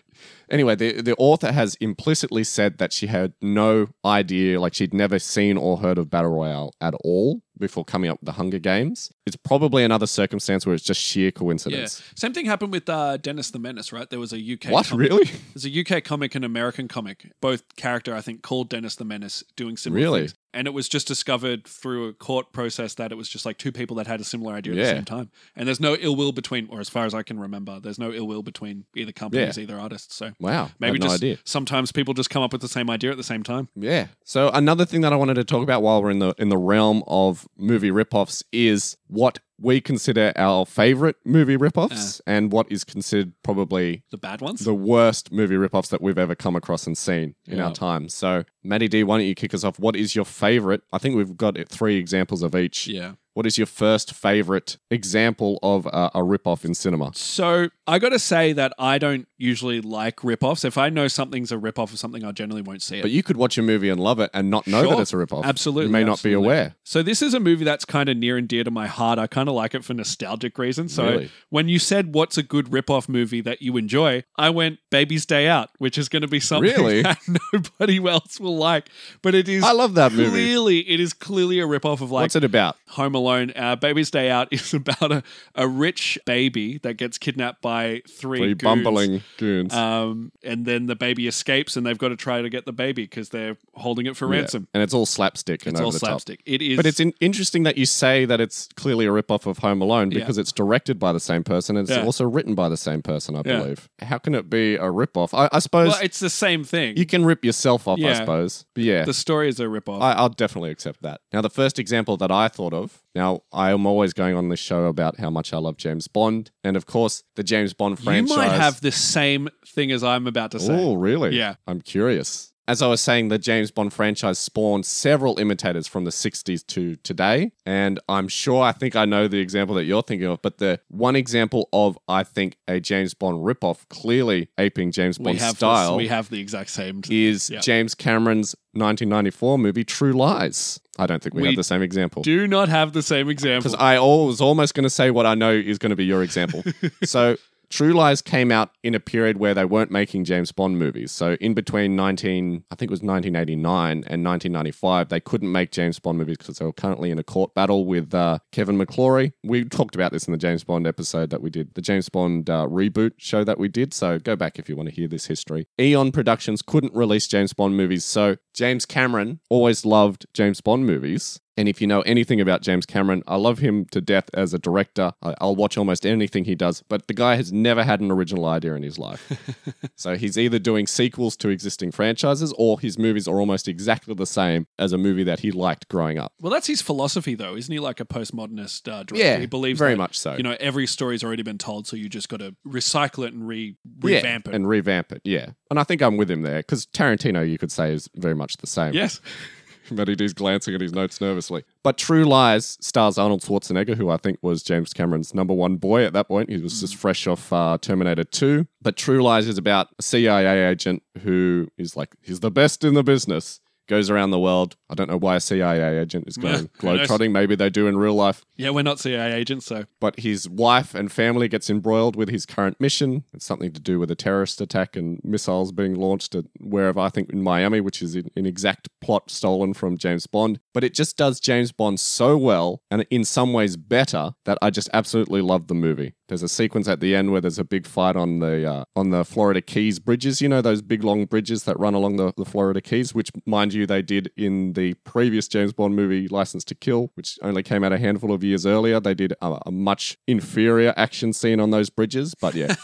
S1: anyway, the, the author has implicitly said that she had no idea, like she'd never seen or heard of Battle Royale at all before coming up with the Hunger Games. It's probably another circumstance where it's just sheer
S2: yeah.
S1: coincidence.
S2: Same thing happened with uh, Dennis the Menace, right? There was a UK.
S1: What,
S2: comic-
S1: really?
S2: There's a UK comic and American comic, both character I think called Dennis the Menace, doing similar
S1: Really?
S2: things. And it was just discovered through a court process that it was just like two people that had a similar idea at
S1: Yeah.
S2: the same time. And there's no ill will between, or as far as I can remember, there's no ill will between either companies, either artists. So
S1: Wow.
S2: maybe
S1: had no
S2: just
S1: idea.
S2: sometimes people just come up with the same idea at the same time.
S1: Yeah. So another thing that I wanted to talk about while we're in the in the realm of movie ripoffs is what we consider our favorite movie ripoffs and what is considered probably
S2: The bad ones.
S1: the worst movie ripoffs that we've ever come across and seen in
S2: Yeah.
S1: our time. So, Maddie D, why don't you kick us off? What is your favorite? I think we've got it- three examples of each.
S2: yeah.
S1: What is your first favorite example of a, a ripoff in cinema?
S2: So I got to say that I don't usually like rip-offs. If I know something's a rip-off of something, I generally won't see it.
S1: But you could watch a movie and love it and not know that
S2: Sure.
S1: it's a ripoff.
S2: Absolutely,
S1: You may not
S2: absolutely.
S1: be aware.
S2: so this is a movie that's kind of near and dear to my heart. I kind of like it for nostalgic reasons. So
S1: Really?
S2: when you said what's a good rip-off movie that you enjoy, I went Baby's Day Out, which is going to be something
S1: Really?
S2: that nobody else will like. But it is
S1: I love that movie.
S2: clearly it is clearly a rip-off of like
S1: What's it about?
S2: Home Alone, uh, Baby's Day Out is about a, a rich baby that gets kidnapped by three,
S1: Three
S2: goons.
S1: bumbling goons.
S2: Um, and then the baby escapes, and they've got to try to get the baby because they're holding it for
S1: Yeah.
S2: ransom.
S1: And it's all slapstick and
S2: It's
S1: over
S2: all
S1: the top.
S2: slapstick. It is,
S1: But it's in- interesting that you say that it's clearly a ripoff of Home Alone
S2: Yeah.
S1: because it's directed by the same person and it's
S2: Yeah.
S1: also written by the same person, I
S2: Yeah.
S1: believe. How can it be a ripoff? I, I suppose
S2: well, it's the same thing.
S1: you can rip yourself off, I
S2: Yeah.
S1: suppose. But yeah,
S2: the story is a ripoff.
S1: I, I'll definitely accept that. Now, the first example that I thought of, now, I am always going on this show about how much I love James Bond. And of course, the James Bond
S2: you
S1: franchise.
S2: might have the same thing as I'm about to say.
S1: Oh, really?
S2: Yeah.
S1: I'm curious. As I was saying, the James Bond franchise spawned several imitators from the 60s to today. And I'm sure I think I know the example that you're thinking of, but the one example of, I think, a James Bond ripoff, clearly aping James
S2: we
S1: Bond
S2: have
S1: style,
S2: This, we have the exact same.
S1: is
S2: Yeah.
S1: James Cameron's 1994 movie, True Lies. I don't think we,
S2: We
S1: have the same example.
S2: Do not have the same example.
S1: Because I al- was almost going to say what I know is going to be your example. so, True Lies came out in a period where they weren't making James Bond movies. So, in between 19, I think it was 1989 and 1995, they couldn't make James Bond movies because they were currently in a court battle with uh, Kevin McClory. We talked about this in the James Bond episode that we did, the James Bond uh, reboot show that we did. So, go back if you want to hear this history. Eon Productions couldn't release James Bond movies. So, James Cameron always loved James Bond movies. And if you know anything about James Cameron, I love him to death as a director. I, I'll watch almost anything he does, but the guy has never had an original idea in his life. so he's either doing sequels to existing franchises or his movies are almost exactly the same as a movie that he liked growing up.
S2: well, that's his philosophy, though, isn't he? Like a postmodernist uh, director,
S1: Yeah,
S2: he believes
S1: very
S2: that,
S1: much so.
S2: You know, every story's already been told, so you just got to recycle it and re- revamp
S1: yeah,
S2: it.
S1: And revamp it, yeah. And I think I'm with him there because Tarantino, you could say, is very much the same.
S2: yes.
S1: But he is glancing at his notes nervously. But True Lies stars Arnold Schwarzenegger, who I think was James Cameron's number one boy at that point. He was
S2: Mm.
S1: just fresh off uh, Terminator 2. But True Lies is about a CIA agent who is like, he's the best in the business. Goes around the world. I don't know why a CIA agent is going
S2: who knows?
S1: globetrotting. Maybe they do in real life
S2: Yeah, we're not CIA agents, so
S1: but his wife and family gets embroiled with his current mission. It's something to do with a terrorist attack and missiles being launched at wherever I think in Miami, which is an an exact plot stolen from James Bond. But it just does James Bond so well and in some ways better that I just absolutely love the movie. There's a sequence at the end where there's a big fight on the uh, on the Florida Keys bridges. You know those big long bridges that run along the, the Florida Keys, which mind you they did in the previous James Bond movie, License to Kill, which only came out a handful of years earlier. They did a, a much inferior action scene on those bridges, but yeah.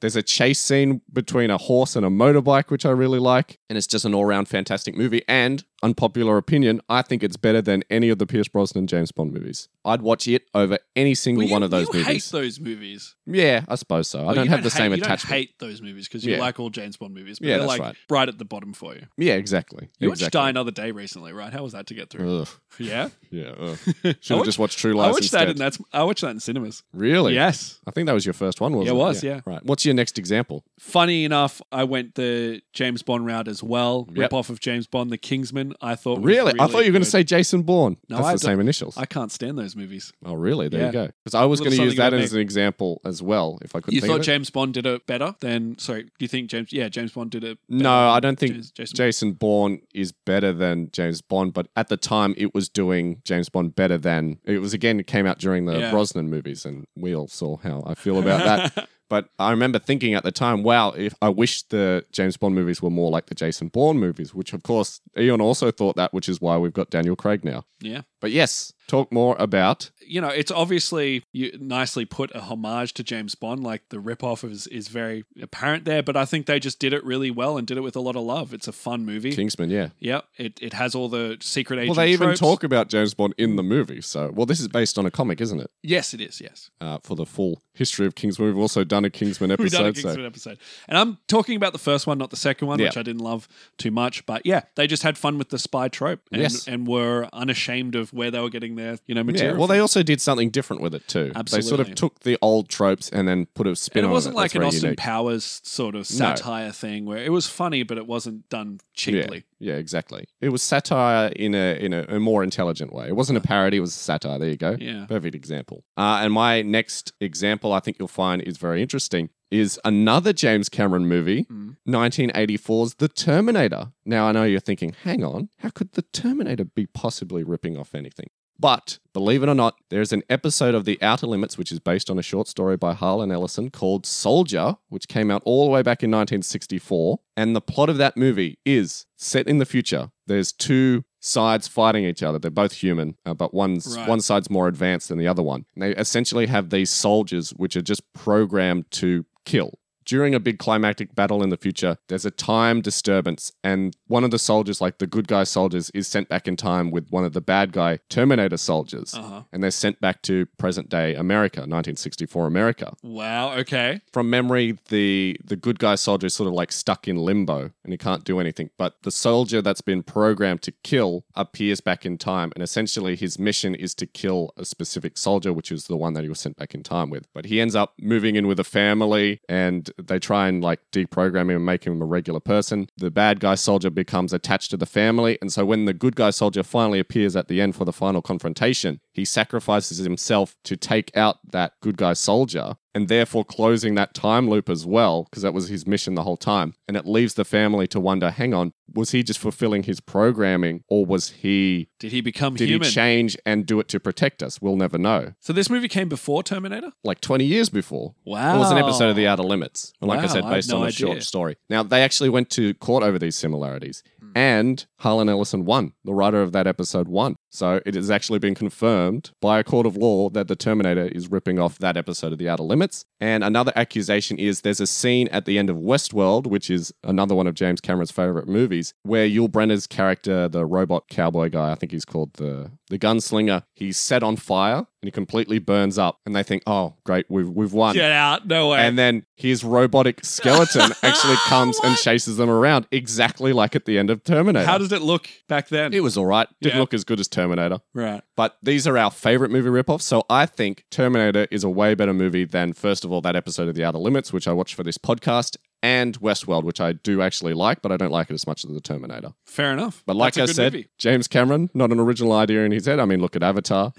S1: There's a chase scene between a horse and a motorbike, which I really like. And it's just an all round fantastic movie. And unpopular opinion, I think it's better than any of the Pierce Brosnan James Bond movies. I'd watch it over any single
S2: Well, you-
S1: one of those
S2: you
S1: movies.
S2: hate those movies.
S1: yeah, I suppose so. I
S2: Well,
S1: don't
S2: you
S1: have the
S2: hate-
S1: same
S2: you
S1: attachment.
S2: Don't hate those movies because you
S1: Yeah.
S2: like all James Bond movies, but
S1: Yeah,
S2: they're
S1: that's
S2: like
S1: right.
S2: right. at the bottom for you.
S1: yeah, exactly.
S2: You watched
S1: exactly.
S2: Die Another Day recently, right? How was that to get through?
S1: Ugh,
S2: yeah,
S1: yeah. Ugh.
S2: I
S1: Should have
S2: watched-
S1: just watched True
S2: I
S1: Lies
S2: watched
S1: instead.
S2: that, and that's I watched that in cinemas.
S1: really?
S2: Yes,
S1: I think that was your first one, wasn't
S2: Yeah,
S1: it?
S2: it was, yeah.
S1: Right. What's your next example?
S2: funny enough, I went the James Bond route as well.
S1: Yep.
S2: Rip off of James Bond, The Kingsman. I thought was
S1: Really? I thought you were going to
S2: good.
S1: say Jason Bourne.
S2: No,
S1: That's
S2: I
S1: the
S2: don't-
S1: same initials.
S2: I can't stand those movies.
S1: oh, really? There
S2: Yeah.
S1: you go. Because I was
S2: Little
S1: going to use
S2: something
S1: that
S2: about
S1: as an example as well, if I could
S2: You
S1: think
S2: thought
S1: of it.
S2: James Bond did it better than sorry? Do you think James? Yeah, James Bond did it. better
S1: no, I
S2: than
S1: don't think
S2: James- Jason.
S1: Jason Bourne is better than James Bond, but at the time it was doing James Bond better than it was again, it came out during the
S2: Yeah.
S1: Brosnan movies, and we all saw how I feel about that. But I remember thinking at the time, wow, if I wish the James Bond movies were more like the Jason Bourne movies, which of course Eon also thought that, which is why we've got Daniel Craig now.
S2: yeah.
S1: But yes, talk more about
S2: you know, it's obviously you nicely put a homage to James Bond. Like the ripoff is is very apparent there, but I think they just did it really well and did it with a lot of love. It's a fun movie.
S1: Kingsman, yeah.
S2: yeah, it, it has all the secret
S1: Well,
S2: agent.
S1: they even
S2: tropes.
S1: talk about James Bond in the movie. So, well, this is based on a comic, isn't it?
S2: Yes, it is. Yes,
S1: Uh, for the full history of Kingsman, we've also done a Kingsman episode.
S2: we've done a
S1: so-
S2: Kingsman episode, and I'm talking about the first one, not the second one,
S1: Yeah.
S2: which I didn't love too much. But yeah, they just had fun with the spy trope and,
S1: Yes.
S2: and were unashamed of where they were getting their you know
S1: Yeah,
S2: material.
S1: well,
S2: from.
S1: they also did something different with it too. They sort of
S2: Absolutely.
S1: took the old tropes and then put a spin
S2: and
S1: on it.
S2: it wasn't
S1: that's
S2: like an
S1: very
S2: Austin
S1: unique.
S2: Powers sort of satire thing where it was funny, but it wasn't done cheaply.
S1: Yeah, yeah, exactly. It was satire in a in a, a more intelligent way. It wasn't a parody; it was satire. There you go.
S2: Yeah.
S1: Perfect example. Uh, and my next example, I think you'll find is very interesting. Is another James Cameron movie,
S2: Mm.
S1: 1984's The Terminator. Now I know you're thinking, hang on, how could The Terminator be possibly ripping off anything? But believe it or not, there's an episode of The Outer Limits, which is based on a short story by Harlan Ellison called Soldier, which came out all the way back in 1964. And the plot of that movie is set in the future. There's two sides fighting each other. They're both human, uh, but one's
S2: Right.
S1: one side's more advanced than the other one. And they essentially have these soldiers which are just programmed to kill during a big climactic battle in the future, there's a time disturbance, and one of the soldiers, like the good guy soldiers, is sent back in time with one of the bad guy Terminator soldiers,
S2: Uh-huh.
S1: and they're sent back to present day America, 1964 America.
S2: Wow. Okay.
S1: From memory, the the good guy soldier is sort of like stuck in limbo and he can't do anything. But the soldier that's been programmed to kill appears back in time, and essentially his mission is to kill a specific soldier, which is the one that he was sent back in time with. But he ends up moving in with a family, and they try and like deprogram him and make him a regular person. The bad guy soldier becomes attached to the family, and so when the good guy soldier finally appears at the end for the final confrontation, he sacrifices himself to take out that good guy soldier and therefore closing that time loop as well, because that was his mission the whole time. And it leaves the family to wonder hang on, was he just fulfilling his programming or was he,
S2: Did he become
S1: did
S2: human?
S1: he change and do it to protect us? We'll never know.
S2: so this movie came before Terminator.
S1: Like 20 years before.
S2: Wow.
S1: It was an episode of The Outer Limits. And like I
S2: Wow,
S1: said,
S2: I had
S1: based
S2: no
S1: on a
S2: idea.
S1: short story. Now, they actually went to court over these similarities.
S2: Hmm.
S1: And Harlan Ellison won. The writer of that episode won. So it has actually been confirmed by a court of law that the Terminator is ripping off that episode of The Outer Limits. And another accusation is there's a scene at the end of Westworld, which is another one of James Cameron's favorite movies, where Yul Brenner's character, the robot cowboy guy, I think he's called the the gunslinger, he's set on fire and he completely burns up. And they think, oh, great, we've we've won.
S2: Get out! No way.
S1: And then his robotic skeleton actually comes and
S2: What?
S1: chases them around, exactly like at the end of Terminator.
S2: How does it look back then?
S1: it was all right. Didn't
S2: Yeah.
S1: look as good as Terminator.
S2: right.
S1: But these are our favorite movie ripoffs. So I think Terminator is a way better movie than, first of all, that episode of The Outer Limits, which I watched for this podcast, and Westworld, which I do actually like, but I don't like it as much as The Terminator.
S2: Fair enough.
S1: But like
S2: That's a
S1: I
S2: good
S1: said,
S2: movie.
S1: James Cameron, not an original idea in his head. I mean, look at Avatar,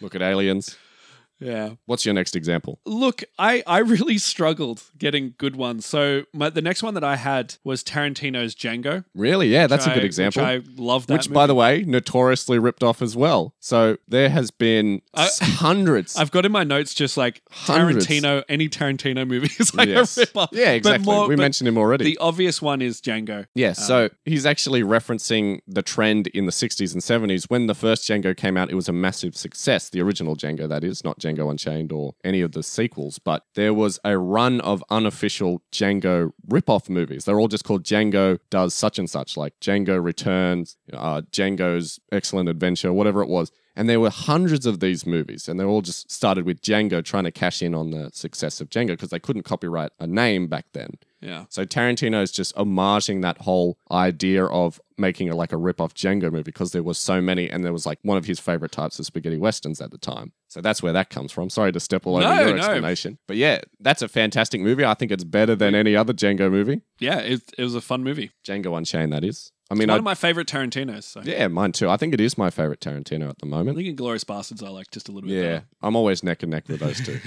S1: look at Aliens.
S2: yeah.
S1: What's your next example?
S2: Look, I, I really struggled getting good ones. So my, the next one that I had was Tarantino's Django.
S1: Really? Yeah, that's a
S2: which
S1: good
S2: I-
S1: example.
S2: Which I love that.
S1: which by the way notoriously ripped off as well so there has been
S2: I-
S1: s- hundreds
S2: I've got in my notes just like
S1: Hundreds.
S2: Tarantino, any Tarantino movie is like
S1: Yes.
S2: a rip off.
S1: yeah exactly
S2: more-
S1: we
S2: but
S1: mentioned him already
S2: The obvious one is Django.
S1: yeah so he's actually referencing the trend in the 60s and 70s when the first django came out it was a massive success the original django that is not Django Unchained or any of the sequels, but there was a run of unofficial Django ripoff movies. They're all just called Django Does Such and Such, like Django Returns, uh, Django's Excellent Adventure, whatever it was. And there were hundreds of these movies, and they all just started with Django trying to cash in on the success of Django because they couldn't copyright a name back then.
S2: Yeah.
S1: So Tarantino is just homaging that whole idea of making a, like a rip-off Django movie because there was so many and there was like one of his favorite types of spaghetti westerns at the time. So that's where that comes from. Sorry to step all over
S2: No,
S1: your
S2: no.
S1: explanation. But yeah, that's a fantastic movie. I think it's better than any other Django movie.
S2: Yeah, it, it was a fun movie.
S1: Django Unchained that is. I
S2: It's
S1: mean,
S2: one
S1: I,
S2: of my favorite Tarantinos. So.
S1: yeah, mine too. I think it is my favorite Tarantino at the
S2: I
S1: moment.
S2: think Inglorious Bastards I like just a little bit
S1: Yeah, I'm always neck and neck with those two.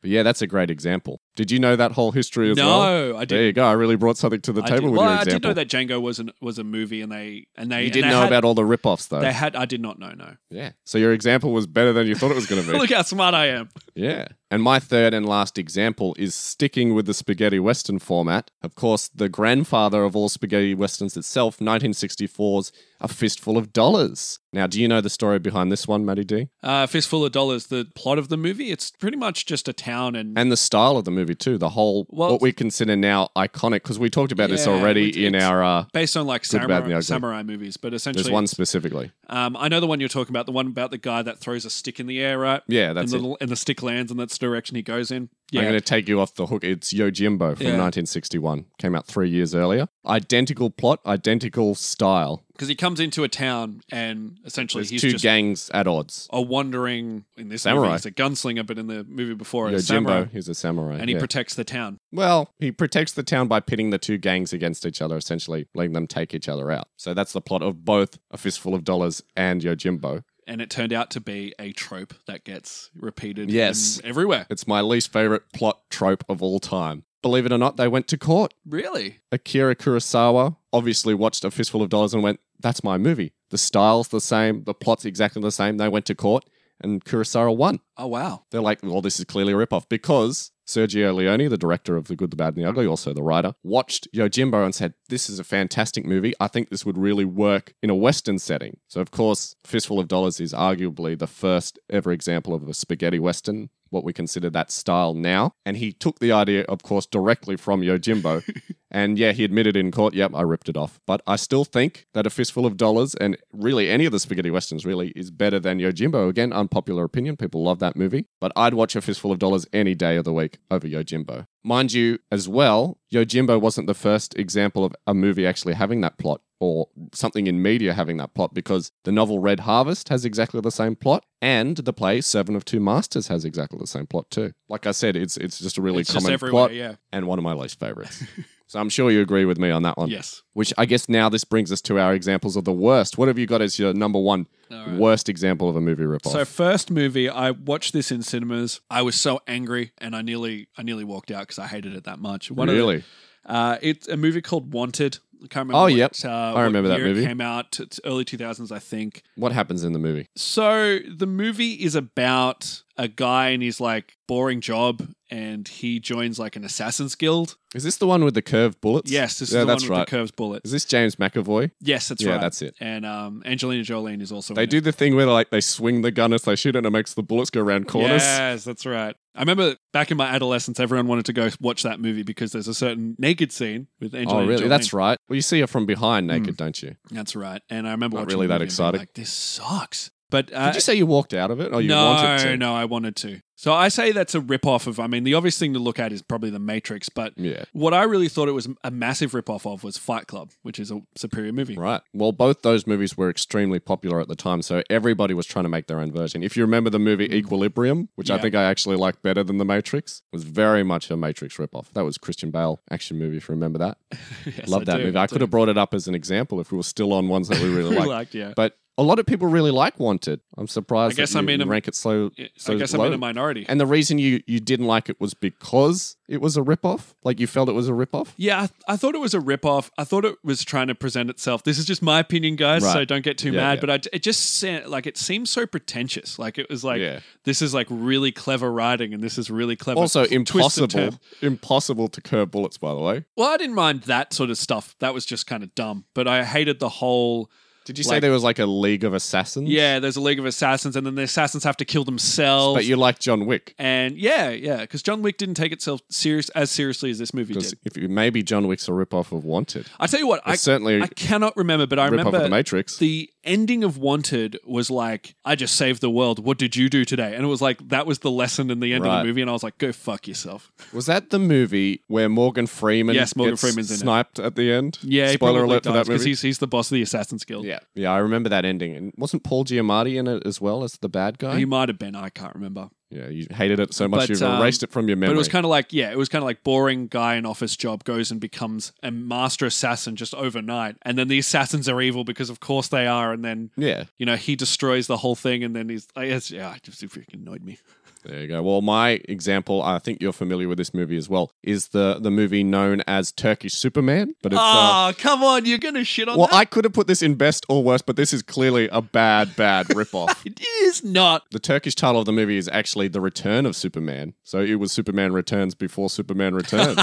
S1: but yeah, that's a great example. Did you know that whole history
S2: better.
S1: as well?
S2: No, I
S1: There
S2: did.
S1: you go. I really brought something to the
S2: I
S1: table
S2: did.
S1: with
S2: Well,
S1: your
S2: I
S1: example.
S2: did know that Django was an, was a movie, and they and they
S1: You
S2: and
S1: didn't
S2: they
S1: know
S2: had-
S1: about all the rip-offs though.
S2: They had. I did not know. No.
S1: Yeah. So your example was better than you thought it was going to be.
S2: Look how smart I am.
S1: yeah. And my third and last example is sticking with the spaghetti western format. Of course, the grandfather of all spaghetti westerns itself, 1964's A Fistful of Dollars. Now, do you know the story behind this one, Matty D?
S2: Uh, Fistful of Dollars. The plot of the movie. It's pretty much just a town and
S1: And the style of the movie too. The whole
S2: Well-
S1: what we consider now iconic because we talked about this
S2: Yeah,
S1: already
S2: we-
S1: in
S2: it's-
S1: our. Uh,
S2: based on like
S1: Good, Bad, and the
S2: samurai,
S1: Ugly.
S2: samurai movies, but essentially,
S1: there's one specifically.
S2: um, I know the one you're talking about, the one about the guy that throws a stick in the air, right?
S1: Yeah, that's
S2: and
S1: it.
S2: the, and the stick lands, and that's the direction he goes in.
S1: I'm
S2: Yeah,
S1: going to take you off the hook. It's Yojimbo from
S2: Yeah.
S1: 1961. Came out three years earlier. Identical plot, identical style.
S2: because he comes into a town and essentially
S1: There's
S2: he's
S1: two
S2: just
S1: gangs at odds.
S2: a wandering in this
S1: Samurai.
S2: movie. He's a gunslinger, but in the movie before,
S1: Yojimbo,
S2: a samurai,
S1: he's a samurai.
S2: and he
S1: yeah.
S2: protects the town.
S1: well, he protects the town by pitting the two gangs against each other, essentially letting them take each other out. So that's the plot of both A Fistful of Dollars and Yojimbo.
S2: And it turned out to be a trope that gets repeated.
S1: Yes.
S2: in- everywhere.
S1: It's my least favorite plot trope of all time. Believe it or not, they went to court.
S2: Really?
S1: Akira Kurosawa obviously watched A Fistful of Dollars and went, that's my movie. The style's the same, the plot's exactly the same. They went to court and Kurosawa won.
S2: Oh wow.
S1: They're like, well, this is clearly a ripoff because Sergio Leone, the director of The Good, the Bad, and the Ugly, also the writer, watched Yojimbo and said, This is a fantastic movie. I think this would really work in a Western setting. So, of course, Fistful of Dollars is arguably the first ever example of a spaghetti Western, what we consider that style now. And he took the idea, of course, directly from Yojimbo. and yeah, he admitted in court, Yep, I ripped it off. But I still think that A Fistful of Dollars and really any of the spaghetti Westerns really is better than Yojimbo. Again, unpopular opinion. People love that movie. But I'd watch A Fistful of Dollars any day of the week over Yojimbo. Mind you, as well, Yojimbo wasn't the first example of a movie actually having that plot or something in media having that plot because the novel Red Harvest has exactly the same plot and the play Seven of Two Masters has exactly the same plot too. Like I said, it's it's just a really
S2: it's just
S1: common
S2: everywhere.
S1: plot
S2: Yeah.
S1: and one of my least favorites. so I'm sure you agree with me on that one.
S2: Yes.
S1: Which I guess now this brings us to our examples of the worst. What have you got as your number one
S2: All right.
S1: worst example of a movie ripoff?
S2: So first movie, I watched this in cinemas. I was so angry, and I nearly, I nearly walked out because I hated it that much. One of the-
S1: really?
S2: uh, it's a movie called Wanted. I can't remember.
S1: Oh,
S2: what,
S1: yep.
S2: uh,
S1: I remember
S2: what
S1: that
S2: year it
S1: movie.
S2: Came out it's early two thousands, I think.
S1: what happens in the movie?
S2: So the movie is about a guy and his like boring job, and he joins like an assassins guild.
S1: Is this the one with the curved bullets?
S2: Yes, this
S1: Yeah,
S2: is the
S1: that's
S2: one with
S1: right.
S2: the curves bullet.
S1: Is this James McAvoy?
S2: Yes, that's
S1: yeah,
S2: right.
S1: that's it.
S2: and um, Angelina Jolie is also.
S1: They
S2: in it.
S1: do the thing where like they swing the gun as they shoot it and it makes the bullets go around corners.
S2: Yes, that's right. I remember back in my adolescence, everyone wanted to go watch that movie because there's a certain naked scene with
S1: Oh,
S2: Angelina.
S1: really?
S2: Jolie.
S1: That's right. Well, you see her from behind naked,
S2: Hmm.
S1: don't you?
S2: that's right. And I remember
S1: Not
S2: watching
S1: really
S2: the
S1: that
S2: movie and being
S1: exciting.
S2: Like this sucks. But uh,
S1: Did you say you walked out of it or you
S2: no,
S1: wanted to?
S2: no, I wanted to. So I say that's a ripoff of. I mean, the obvious thing to look at is probably The Matrix, but
S1: Yeah.
S2: what I really thought it was a massive ripoff of was Fight Club, which is a superior movie.
S1: Right. Well, both those movies were extremely popular at the time, so everybody was trying to make their own version. If you remember the movie Equilibrium, which I
S2: Mm. Yeah.
S1: think I actually like better than The Matrix, was very much a Matrix ripoff. That was Christian Bale action movie, if you remember that.
S2: Yes,
S1: Love
S2: I
S1: that
S2: do,
S1: movie. I could
S2: do.
S1: have brought it up as an example if we were still on ones that we really
S2: We
S1: liked.
S2: liked, yeah.
S1: But a lot of people really like Wanted. I'm surprised
S2: I guess
S1: that
S2: I'm
S1: you,
S2: in
S1: you
S2: a-
S1: rank it so,
S2: Yeah,
S1: so
S2: I um, guess
S1: low.
S2: I'm in a minority.
S1: and the reason you, you didn't like it was because it was a ripoff? Like you felt it was a ripoff?
S2: Yeah, I, I thought it was a ripoff. I thought it was trying to present itself. This is just my opinion, guys,
S1: Right.
S2: so don't get too
S1: Yeah,
S2: mad.
S1: yeah.
S2: But I, it just sa- like it seems so pretentious. Like it was like
S1: Yeah.
S2: this is like really clever writing, and this is really clever.
S1: Also
S2: twist and
S1: impossible
S2: turn.
S1: impossible to curb bullets, by the way.
S2: Well, I didn't mind that sort of stuff. That was just kind of dumb. But I hated the whole
S1: Did you say
S2: Like-
S1: there was like a League of Assassins?
S2: Yeah, there's a League of Assassins, and then the assassins have to kill themselves.
S1: But you like John Wick.
S2: and yeah, yeah, because John Wick didn't take itself serious as seriously as this movie
S1: Because
S2: did.
S1: if you, maybe John Wick's a ripoff of Wanted.
S2: I tell you what, I,
S1: It's certainly
S2: I
S1: a
S2: cannot remember, but I
S1: ripoff of The
S2: remember
S1: Matrix.
S2: the ending of Wanted was like, "I just saved the world. What did you do today?" And it was like that was the lesson in the end of
S1: Right.
S2: the movie, and I was like, "Go fuck yourself."
S1: was that the movie where Morgan Freeman
S2: Yes, Morgan
S1: gets
S2: Freeman's in it.
S1: sniped at the end?
S2: Yeah, he
S1: Spoiler
S2: probably
S1: alert for
S2: does,
S1: that
S2: because
S1: movie.
S2: he's he's the boss of the Assassin's Guild.
S1: yeah, yeah, I remember that ending. And wasn't Paul Giamatti in it as well as the bad guy?
S2: He might have been, I can't remember.
S1: yeah, you hated it so much
S2: But,
S1: you've
S2: um,
S1: erased it from your memory.
S2: But it was kind of like, yeah, it was kind of like boring guy in office job goes and becomes a master assassin just overnight. And then the assassins are evil because of course they are. And then,
S1: yeah,
S2: you know, he destroys the whole thing. And then he's, I guess, yeah, it just it freaking annoyed me.
S1: There you go. Well, my example, I think you're familiar with this movie as well, is the the movie known as Turkish Superman. But it's uh,
S2: Ah, come on. You're going to shit on
S1: well,
S2: that.
S1: I could have put this in best or worst, but this is clearly a bad, bad ripoff.
S2: it is not.
S1: The Turkish title of the movie is actually The Return of Superman. So it was Superman Returns before Superman Returns.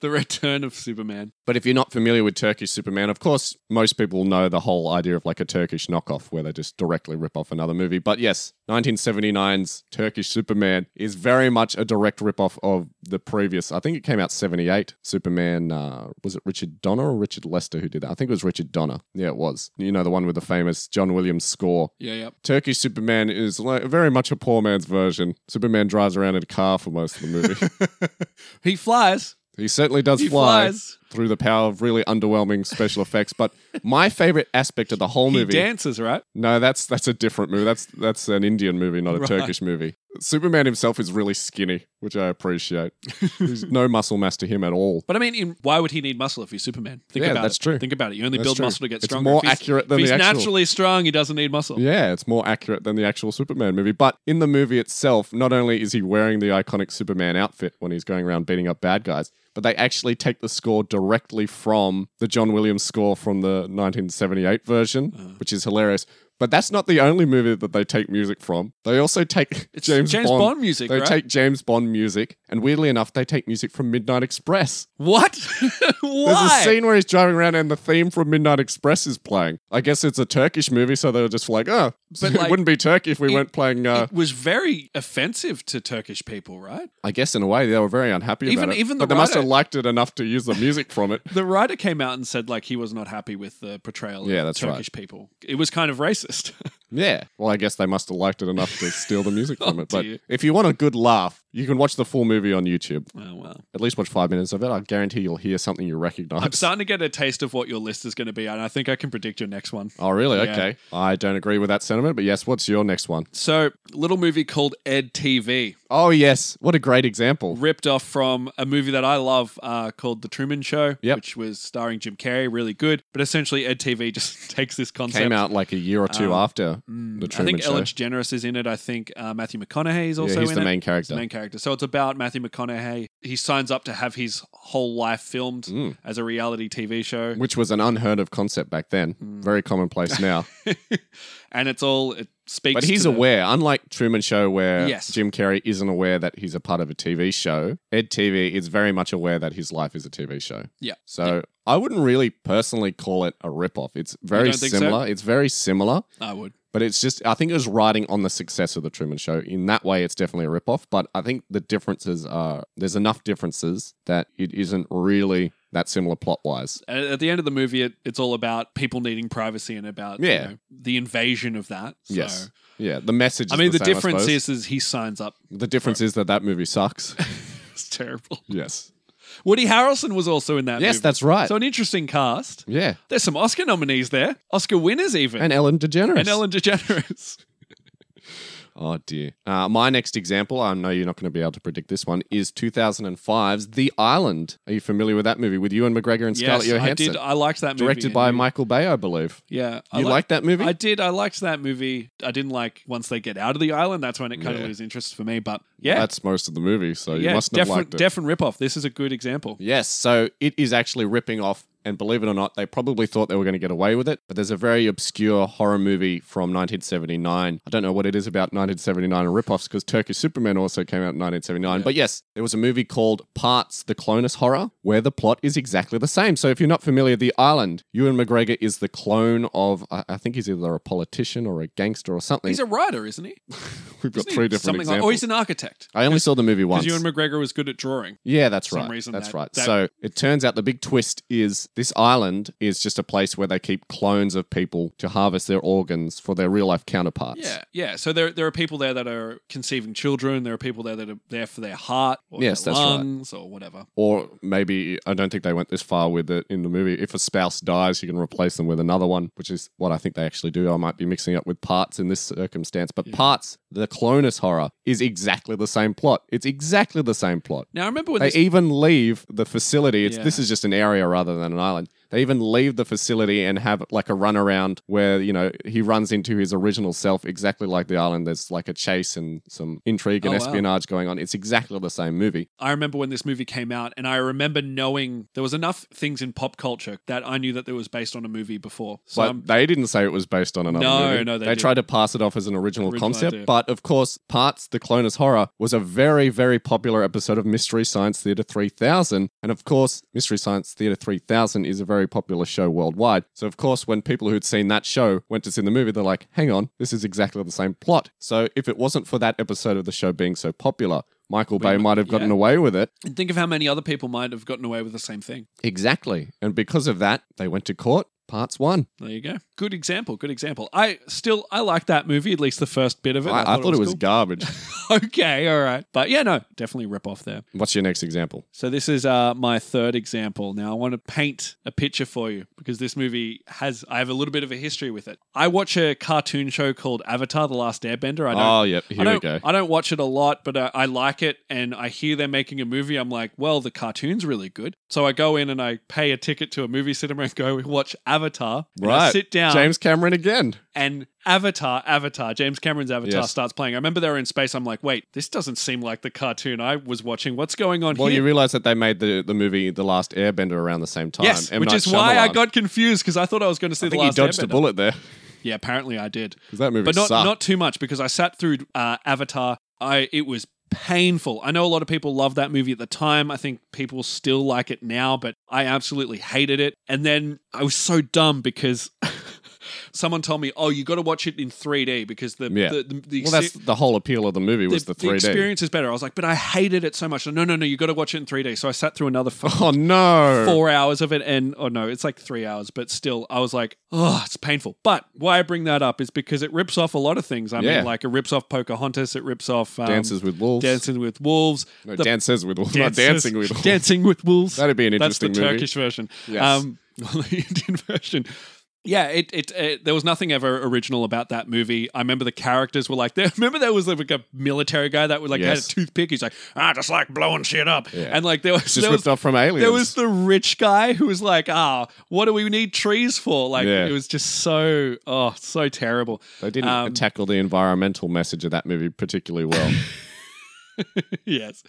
S2: The return of Superman.
S1: but if you're not familiar with Turkish Superman, of course, most people know the whole idea of like a Turkish knockoff where they just directly rip off another movie. But yes, 1979's Turkish Superman is very much a direct rip off of the previous. I think it came out 78. Superman, uh, was it Richard Donner or Richard Lester who did that? I think it was Richard Donner. Yeah, it was. You know, the one with the famous John Williams score.
S2: Yeah, yeah.
S1: Turkish Superman is like very much a poor man's version. Superman drives around in a car for most of the movie.
S2: He flies.
S1: he certainly does
S2: He
S1: fly
S2: flies.
S1: through the power of really underwhelming special effects. But my favorite aspect of the whole
S2: He
S1: movie.
S2: dances, right?
S1: no, that's that's a different movie. That's that's an Indian movie, not a
S2: Right.
S1: Turkish movie. Superman himself is really skinny, which I appreciate. There's no muscle mass to him at all.
S2: But I mean, in- why would he need muscle if he's Superman? Think
S1: Yeah,
S2: about
S1: that's
S2: it.
S1: true.
S2: Think about it. You only
S1: That's
S2: build
S1: true.
S2: muscle to get
S1: It's
S2: stronger.
S1: more
S2: If he's-
S1: accurate than
S2: if he's
S1: the actual-
S2: naturally strong, he doesn't need muscle.
S1: Yeah, it's more accurate than the actual Superman movie. But in the movie itself, not only is he wearing the iconic Superman outfit when he's going around beating up bad guys, but they actually take the score directly from the John Williams score from the 1978 version,
S2: Uh-huh.
S1: which is hilarious. But that's not the only movie that they take music from. They also take
S2: It's
S1: James, Bond.
S2: music,
S1: They
S2: right?
S1: take James Bond music, and weirdly enough, they take music from Midnight Express.
S2: What?
S1: There's
S2: Why?
S1: a scene where he's driving around and the theme from Midnight Express is playing. I guess it's a Turkish movie, so they were just like, oh,
S2: But,
S1: it
S2: like, e
S1: wouldn't be Turkey if we
S2: it-
S1: weren't playing. Uh,
S2: It was very offensive to Turkish people, right?
S1: I guess in a way they were very unhappy
S2: Even-
S1: about it.
S2: even the
S1: but they must
S2: writer-
S1: have liked it enough to use the music from it.
S2: The writer came out and said like he was not happy with the portrayal
S1: Yeah,
S2: of
S1: that's right.
S2: Turkish people. It was kind of racist.
S1: Yeah. Well, I guess they must have liked it enough to steal the music from
S2: Oh,
S1: it. But
S2: dear.
S1: if you want a good laugh, you can watch the full movie on YouTube.
S2: oh well.
S1: At least watch five minutes of it. I guarantee you'll hear something you
S2: I'm
S1: recognize.
S2: starting to get a taste of what your list is going to be, and I think I can predict your next one.
S1: Oh, really?
S2: Yeah.
S1: Okay. I don't agree with that sentiment, but yes, what's your next one?
S2: So, little movie called Ed TV,
S1: Oh, yes. What a great example.
S2: ripped off from a movie that I love uh, called The Truman Show,
S1: Yep.
S2: which was starring Jim Carrey, really good. But essentially, Ed TV just takes this concept.
S1: Came out like a year or two after the
S2: um, mm, I
S1: Truman
S2: think
S1: Show.
S2: Ellen DeGeneres is in it. I think uh, Matthew McConaughey is also
S1: yeah, he's
S2: in
S1: the
S2: it.
S1: main
S2: He's the
S1: character.
S2: main character. So it's about Matthew McConaughey. He signs up to have his whole life filmed
S1: Mm.
S2: as a reality TV show,
S1: which was an unheard of concept back then.
S2: Mm.
S1: Very commonplace now.
S2: and it's all it speaks.
S1: but he's
S2: to the-
S1: aware, unlike Truman Show, where
S2: Yes.
S1: Jim Carrey isn't aware that he's a part of a TV show, Ed TV is very much aware that his life is a TV show.
S2: Yeah.
S1: So I wouldn't really personally call it a ripoff. It's very
S2: don't think so?
S1: similar. It's very similar.
S2: I would.
S1: But it's just, I think it was riding on the success of The Truman Show. In that way, it's definitely a ripoff. But I think the differences are, there's enough differences that it isn't really that similar plot wise.
S2: And at the end of the movie, it, it's all about people needing privacy and about you
S1: Yeah.
S2: know, the invasion of that. So,
S1: Yes. Yeah. The message is
S2: I mean the,
S1: the, same, I
S2: difference
S1: suppose.
S2: is is he signs up.
S1: The difference is that that movie sucks.
S2: It's terrible.
S1: yes.
S2: Woody Harrelson was also in that.
S1: Yes,
S2: movie.
S1: that's right.
S2: so an interesting cast.
S1: yeah.
S2: There's some Oscar nominees there, Oscar winners even,
S1: And Ellen DeGeneres.
S2: and Ellen DeGeneres.
S1: Oh, dear. Uh, my next example, I know you're not going to be able to predict this one, is 2005's The Island. Are you familiar with that movie with Ewan McGregor and Scarlett
S2: yes, I
S1: Johansson?
S2: did. I liked that movie.
S1: Directed by
S2: And-
S1: Michael Bay, I believe.
S2: Yeah, I
S1: You
S2: like-
S1: liked that movie?
S2: I did. I liked that movie. I didn't like once they get out of the island. That's when it kind
S1: Yeah.
S2: of loses interest for me. But yeah,
S1: That's most of the movie, so you
S2: yeah,
S1: mustn't have
S2: definite,
S1: liked it.
S2: definite ripoff. This is a good example.
S1: yes, so it is actually ripping off And believe it or not, they probably thought they were going to get away with it. But there's a very obscure horror movie from 1979. I don't know what it is about 1979 and ripoffs because Turkish Superman also came out in 1979. But yes, there was a movie called Parts the Clonus Horror where the plot is exactly the same. So if you're not familiar, The Island, Ewan McGregor is the clone of, I I think he's either a politician or a gangster or something.
S2: He's a writer, isn't he?
S1: We've got
S2: Isn't he
S1: three different
S2: Something
S1: examples.
S2: Like, oh, he's an architect.
S1: I only saw the movie once.
S2: Because Ewan McGregor was good at drawing.
S1: Yeah, that's
S2: some
S1: right.
S2: reason
S1: that's
S2: that-
S1: right.
S2: that-
S1: so it turns out the big twist is this island is just a place where they keep clones of people to harvest their organs for their real life counterparts.
S2: Yeah, yeah. So there, there are people there that are conceiving children. There are people there that are there for their heart or
S1: Yes,
S2: their
S1: that's right.
S2: lungs or whatever.
S1: Or maybe I don't think they went this far with it in the movie. If a spouse dies, you can replace them with another one, which is what I think they actually do. I might be mixing up with parts in this circumstance, but parts, the Clonus horror, is exactly the same plot. It's exactly the same plot.
S2: Now, I remember when
S1: They
S2: this,
S1: even leave the facility. It's,
S2: Yeah.
S1: This is just an area rather than an island. They even leave the facility and have like a runaround where, you know, he runs into his original self exactly like the island. There's like a chase and some intrigue and
S2: Oh, wow.
S1: espionage going on. It's exactly the same movie.
S2: I remember when this movie came out, and I remember knowing there was enough things in pop culture that I knew that it was based on a movie before. So
S1: but
S2: I'm-
S1: they didn't say it was based on another
S2: No,
S1: movie.
S2: no, they
S1: tried to pass it off as an original,
S2: Original
S1: concept.
S2: idea.
S1: But of course, Parts the Clonus Horror was a very, very popular episode of Mystery Science Theater 3000. And of course, Mystery Science Theater 3000 is a very popular show worldwide. So of course, when people who'd seen that show went to see the movie, they're like, hang on, this is exactly the same plot. So if it wasn't for that episode of the show being so popular, Michael Bay might have gotten
S2: yeah.
S1: away with it.
S2: and think of how many other people might have gotten away with the same thing.
S1: Exactly. And because of that, they went to court. Parts one.
S2: There you go. Good example. Good example. I still I like that movie, at least the first bit of it.
S1: I, I thought, it was garbage.
S2: cool. okay, all right. But yeah, no, definitely rip off there.
S1: What's your next example?
S2: So this is uh, my third example. Now I want to paint a picture for you because this movie has I have a little bit of a history with it. I watch a cartoon show called Avatar: The Last Airbender. I don't.
S1: Oh, yep.
S2: I
S1: Here we
S2: don't,
S1: go.
S2: I don't watch it a lot, but uh, I, I like it. And I hear they're making a movie. I'm like, well, the cartoon's really good. So I go in and I pay a ticket to a movie cinema and go watch Avatar. And I
S1: Right.
S2: sit down
S1: James Cameron again.
S2: and Avatar, Avatar, James Cameron's Avatar
S1: Yes.
S2: starts playing. I remember they were in space. I'm like, wait, this doesn't seem like the cartoon I was watching. What's going on
S1: Well,
S2: here?
S1: you realize that they made the, the movie The Last Airbender around the same time.
S2: Yes,
S1: M.
S2: which
S1: Night
S2: is why I
S1: Shyamalan.
S2: got confused because I thought I was going to see
S1: I
S2: the
S1: think he
S2: last
S1: dodged a
S2: Airbender.
S1: bullet there
S2: Yeah, apparently I did,
S1: because that movie
S2: but not
S1: sucked.
S2: not too much because I sat through uh, Avatar. I it was painful. I know a lot of people loved that movie at the time. I think people still like it now, but I absolutely hated it. And then I was so dumb because. Someone told me, "Oh, you got to watch it in 3D because the
S1: Yeah.
S2: the, the, the
S1: well, that's the whole appeal of the movie was the, 3D.
S2: experience is better." I was like, "But I hated it so much." No, no, no, you got to watch it in 3D. So I sat through another fucking
S1: Oh no!
S2: four hours of it and oh no it's like three hours but still i was like oh it's painful but why i bring that up is because it rips off a lot of things i
S1: Yeah.
S2: mean like it rips off pocahontas it rips off um,
S1: Dances with Wolves.
S2: dancing with wolves
S1: no,
S2: the
S1: dances with Wolves.
S2: dances-
S1: not dancing with Wolves.
S2: dancing with wolves
S1: That'd be an
S2: that's the
S1: interesting movie.
S2: turkish version
S1: Yes.
S2: um well, the indian version yeah, it, it it there was nothing ever original about that movie. I remember the characters were like, there. Remember there was like a military guy that would like
S1: Yes.
S2: had a toothpick. He's like, I just like blowing shit up,
S1: Yeah.
S2: and like there was
S1: It's just
S2: there was
S1: ripped off from Aliens.
S2: there was the rich guy who was like, ah, what do we need trees for? Like,
S1: Yeah.
S2: it was just so, oh, so terrible.
S1: they didn't
S2: um,
S1: tackle the environmental message of that movie particularly well.
S2: yes.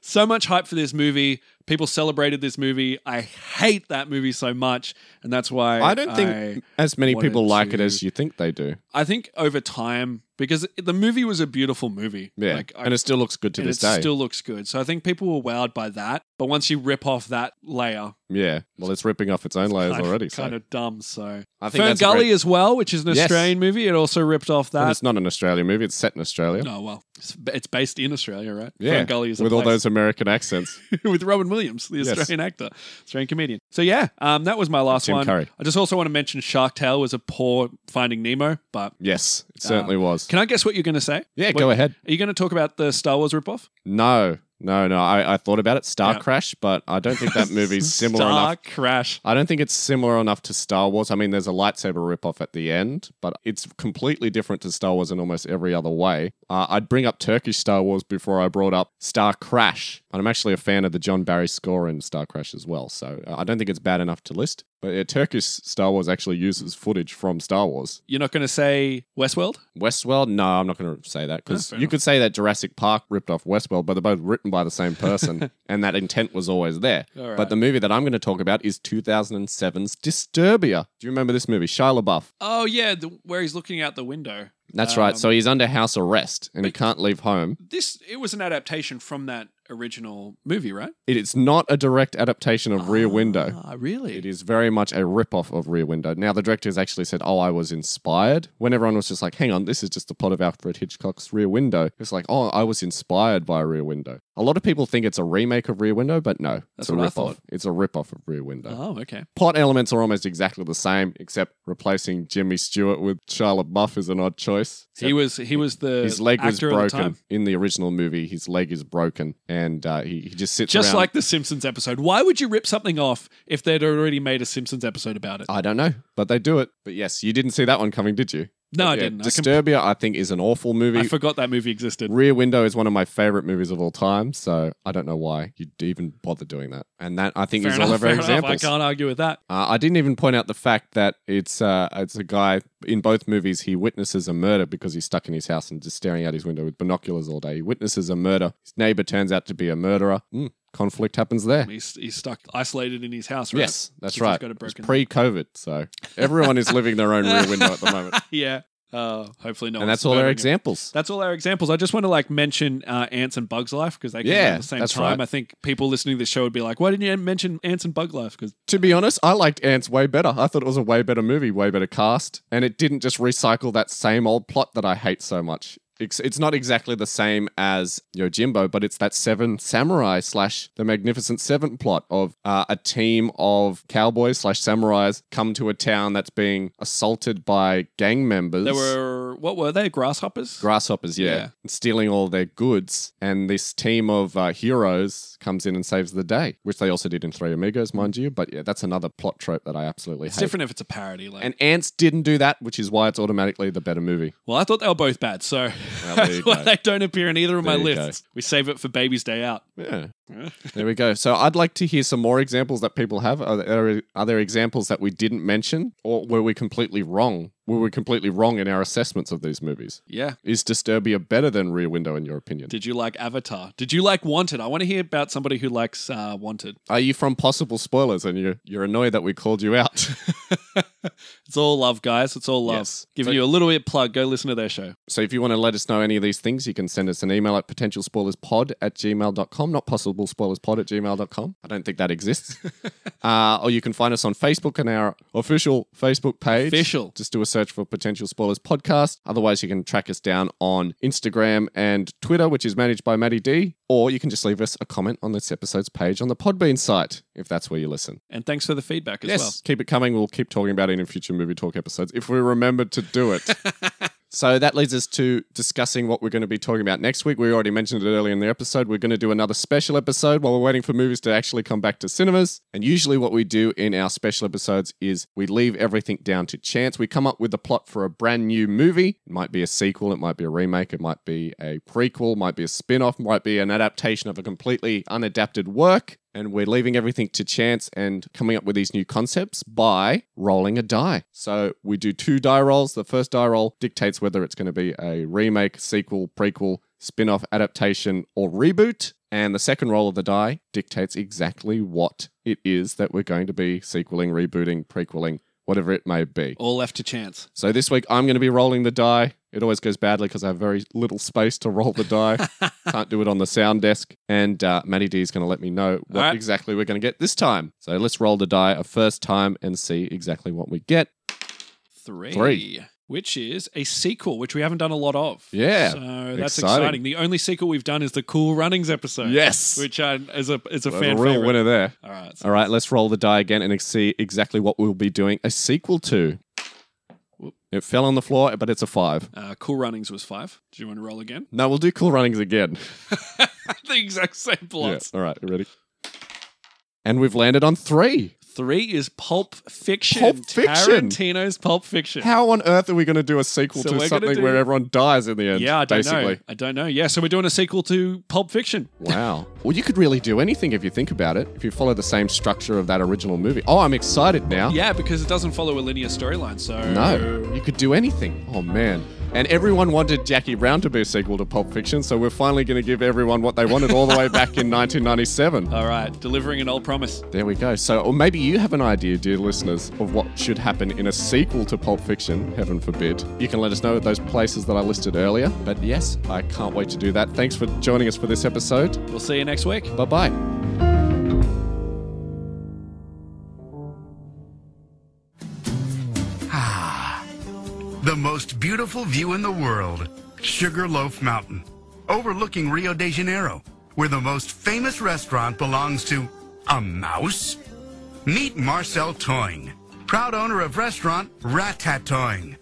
S2: So much hype for this movie. People celebrated this movie. I hate that movie so much. And that's why
S1: I don't think as many
S2: wanted
S1: people like it
S2: to-
S1: as you think they do.
S2: I, think over time, because the movie was a beautiful movie.
S1: Yeah,
S2: Like, I-
S1: and it still looks good to
S2: and
S1: this
S2: it
S1: day.
S2: still looks good. So I think people were wowed by that. But once you rip off that layer,
S1: yeah, well, it's ripping off its own layers
S2: kind,
S1: already.
S2: of,
S1: so.
S2: kind of dumb. So
S1: I think
S2: Fern
S1: that's a
S2: Gully
S1: great-
S2: as well, which is an
S1: Yes.
S2: Australian movie. It also ripped off
S1: But
S2: that.
S1: it's not an Australian movie. It's set in Australia.
S2: No, Oh, well, it's, it's based in Australia, right?
S1: Yeah,
S2: Fern Gully is a
S1: with all
S2: place.
S1: those American accents.
S2: with Robin Williams, the
S1: Yes.
S2: Australian actor, Australian comedian. So yeah, um, that was my last
S1: Tim
S2: one.
S1: Curry.
S2: I just also want to mention Shark Tale was a poor Finding Nemo, but
S1: Yes, it certainly was.
S2: Um, can I guess what you're going to say?
S1: yeah,
S2: what-
S1: go ahead.
S2: Are you going to talk about the Star Wars ripoff?
S1: No, no, no. I, I thought about it, Star
S2: Yeah.
S1: Crash, but I don't think that movie's similar
S2: Star
S1: enough.
S2: Crash.
S1: I don't think it's similar enough to Star Wars. I mean, there's a lightsaber ripoff at the end, but it's completely different to Star Wars in almost every other way. Uh, I'd bring up Turkish Star Wars before I brought up Star Crash. And I'm actually a fan of the John Barry score in Star Crash as well, so uh, I don't think it's bad enough to list. But uh, Turkish Star Wars actually uses footage from Star Wars.
S2: You're not going to say Westworld?
S1: Westworld? No, I'm not going to say that because
S2: fair
S1: you could say that Jurassic Park ripped off Westworld, but they're both ri- written by the same person, and that intent was always there.
S2: All right.
S1: But the movie that I'm going to talk about is 2007's Disturbia. Do you remember this movie? Shia LaBeouf.
S2: oh yeah, the, where he's looking out the window.
S1: That's
S2: Um,
S1: right. So he's under house arrest and he can't leave home.
S2: This it was an adaptation from that original movie, right?
S1: It, it's not a direct adaptation of Rear Window.
S2: Ah, really?
S1: It is very much a rip-off of Rear Window. Now, the director has actually said, oh, I was inspired. When everyone was just like, hang on, this is just the plot of Alfred Hitchcock's Rear Window. It's like, oh, I was inspired by Rear Window. A lot of people think it's a remake of Rear Window, but no.
S2: That's
S1: it's a
S2: what I
S1: rip-off.
S2: thought.
S1: It's a rip-off of Rear Window.
S2: Oh, okay.
S1: Plot elements are almost exactly the same, except replacing Jimmy Stewart with Charlotte Buff is an odd choice.
S2: He was he was the
S1: his leg was
S2: actor at the time.
S1: broken in the original movie. His leg is broken, and uh, he, he just sits
S2: Just
S1: around.
S2: like the Simpsons episode. Why would you rip something off if they'd already made a Simpsons episode about it?
S1: I don't know, but they do it. But yes, you didn't see that one coming, did you?
S2: no, I
S1: Yeah,
S2: didn't. I, com-
S1: Disturbia, I think, is an awful movie.
S2: I forgot that movie existed.
S1: Rear Window is one of my favorite movies of all time, so I don't know why you'd even bother doing that. And that I think
S2: Fair
S1: is
S2: enough,
S1: all of our
S2: fair enough. I
S1: examples.
S2: can't argue with that.
S1: Uh, I didn't even point out the fact that it's uh, it's a guy in both movies. He witnesses a murder because he's stuck in his house and just staring out his window with binoculars all day. He witnesses a murder. His neighbor turns out to be a murderer. Mm, conflict happens there.
S2: He's, he's stuck isolated in his house, right?
S1: Yes, that's
S2: He's
S1: right.
S2: got a
S1: It's
S2: broken-
S1: pre-COVID, so everyone is living their own rear window at the moment,
S2: yeah. Uh, hopefully not.
S1: and that's all our examples.
S2: That's all our examples. I just want to like mention uh, Ants and Bugs Life because they came
S1: Yeah,
S2: out at the same
S1: that's
S2: time.
S1: right.
S2: I think people listening to this show would be like, "Why didn't you mention Ants and Bug Life?" Because
S1: To be honest, I liked Ants way better. I thought it was a way better movie, way better cast, and it didn't just recycle that same old plot that I hate so much. It's, it's not exactly the same as Yojimbo, but it's that Seven Samurai slash The Magnificent Seven plot of uh, a team of cowboys slash samurais come to a town that's being assaulted by gang members.
S2: there were what were they? Grasshoppers.
S1: Grasshoppers, yeah,
S2: Yeah.
S1: stealing all their goods, and this team of uh, heroes comes in and saves the day, which they also did in Three Amigos, mind you. But yeah, that's another plot trope that I absolutely
S2: it's
S1: hate.
S2: different if it's a parody. Like,
S1: And Ants didn't do that, which is why it's automatically the better movie.
S2: well, I thought they were both bad, so
S1: Well, there you
S2: that's why
S1: go.
S2: they don't appear in either of my
S1: There you go.
S2: lists. We save it for Baby's Day Out.
S1: Yeah, there we go. So I'd like to hear some more examples that people have. Are there, are there examples that we didn't mention, or were we completely wrong? Were we completely wrong in our assessments of these movies?
S2: yeah.
S1: Is Disturbia better than Rear Window in your opinion?
S2: Did you like Avatar? Did you like Wanted? I want to hear about somebody who likes uh, Wanted.
S1: Are you from possible spoilers and you you're annoyed that we called you out?
S2: It's all love, guys. It's all love.
S1: Yes.
S2: Giving
S1: So-
S2: you a little bit of plug. Go listen to their show.
S1: So if you want to let us know any of these things, you can send us an email at potentialspoilerspod at gmail.com, not possible spoilerspod at gmail.com. I don't think that exists. uh, or you can find us on Facebook and our official Facebook page.
S2: Official.
S1: Just do a search for Potential Spoilers Podcast. Otherwise, you can track us down on Instagram and Twitter, which is managed by Maddie D. Or you can just leave us a comment on this episode's page on the Podbean site, if that's where you listen.
S2: And thanks for the feedback as
S1: yes, keep it coming. We'll keep talking about it in future movie talk episodes if we remember to do it. so that leads us to discussing what we're going to be talking about next week. We already mentioned it earlier in the episode. We're going to do another special episode while we're waiting for movies to actually come back to cinemas. And usually, what we do in our special episodes is we leave everything down to chance. We come up with a plot for a brand new movie. It might be a sequel, it might be a remake, it might be a prequel, might be a spin off, might be an adaptation of a completely unadapted work and we're leaving everything to chance and coming up with these new concepts by rolling a die. So we do two die rolls. The first die roll dictates whether it's going to be a remake, sequel, prequel, spin off, adaptation, or reboot. And the second roll of the die dictates exactly what it is that we're going to be sequeling, rebooting, prequeling, whatever it may be.
S2: well. All left to chance.
S1: So this week I'm going to be rolling the die. It always goes badly because I have very little space to roll the die. Can't do it on the sound desk. And uh, Maddie D is going to let me know what
S2: All right.
S1: exactly we're going to get this time. So let's roll the die a first time and see exactly what we get.
S2: Three.
S1: Three.
S2: Which is a sequel, which we haven't done a lot of.
S1: Yeah.
S2: So that's exciting.
S1: Exciting.
S2: The only sequel we've done is the Cool Runnings episode.
S1: Yes.
S2: Which I, is a is a
S1: Well,
S2: fan
S1: the real
S2: favorite.
S1: winner there.
S2: All right. So,
S1: All right, let's roll the die again and see exactly what we'll be doing a sequel to.
S2: Whoop.
S1: It fell on the floor, but it's a five.
S2: uh, cool Runnings was five. Do you want to roll again?
S1: No, we'll do cool runnings again.
S2: the exact same
S1: Yeah.
S2: plots.
S1: All right, you ready? And we've landed on three.
S2: Three is Pulp Fiction.
S1: Pulp Fiction?
S2: Tarantino's Pulp Fiction.
S1: How on earth are we going to do a sequel
S2: So
S1: to
S2: we're gonna
S1: something
S2: do-
S1: where everyone dies in the end?
S2: yeah, I don't know.
S1: basically.
S2: I don't know. Yeah, so we're doing a sequel to Pulp Fiction.
S1: Wow. Well, you could really do anything if you think about it. If you follow the same structure of that original movie. Oh, I'm excited now.
S2: Yeah, because it doesn't follow a linear storyline, so
S1: No, you could do anything. Oh man. And everyone wanted Jackie Brown to be a sequel to Pulp Fiction, so we're finally going to give everyone what they wanted all the way back in 1997.
S2: All right, delivering an old promise.
S1: There we go. So, or maybe you have an idea, dear listeners, of what should happen in a sequel to Pulp Fiction, heaven forbid. You can let us know at those places that I listed earlier. But yes, I can't wait to do that. Thanks for joining us for this episode.
S2: We'll see you next week.
S1: Bye bye.
S3: the most beautiful view in the world, Sugarloaf Mountain, overlooking Rio de Janeiro, where the most famous restaurant belongs to a mouse. Meet Marcel Toyne, proud owner of restaurant Ratatouille.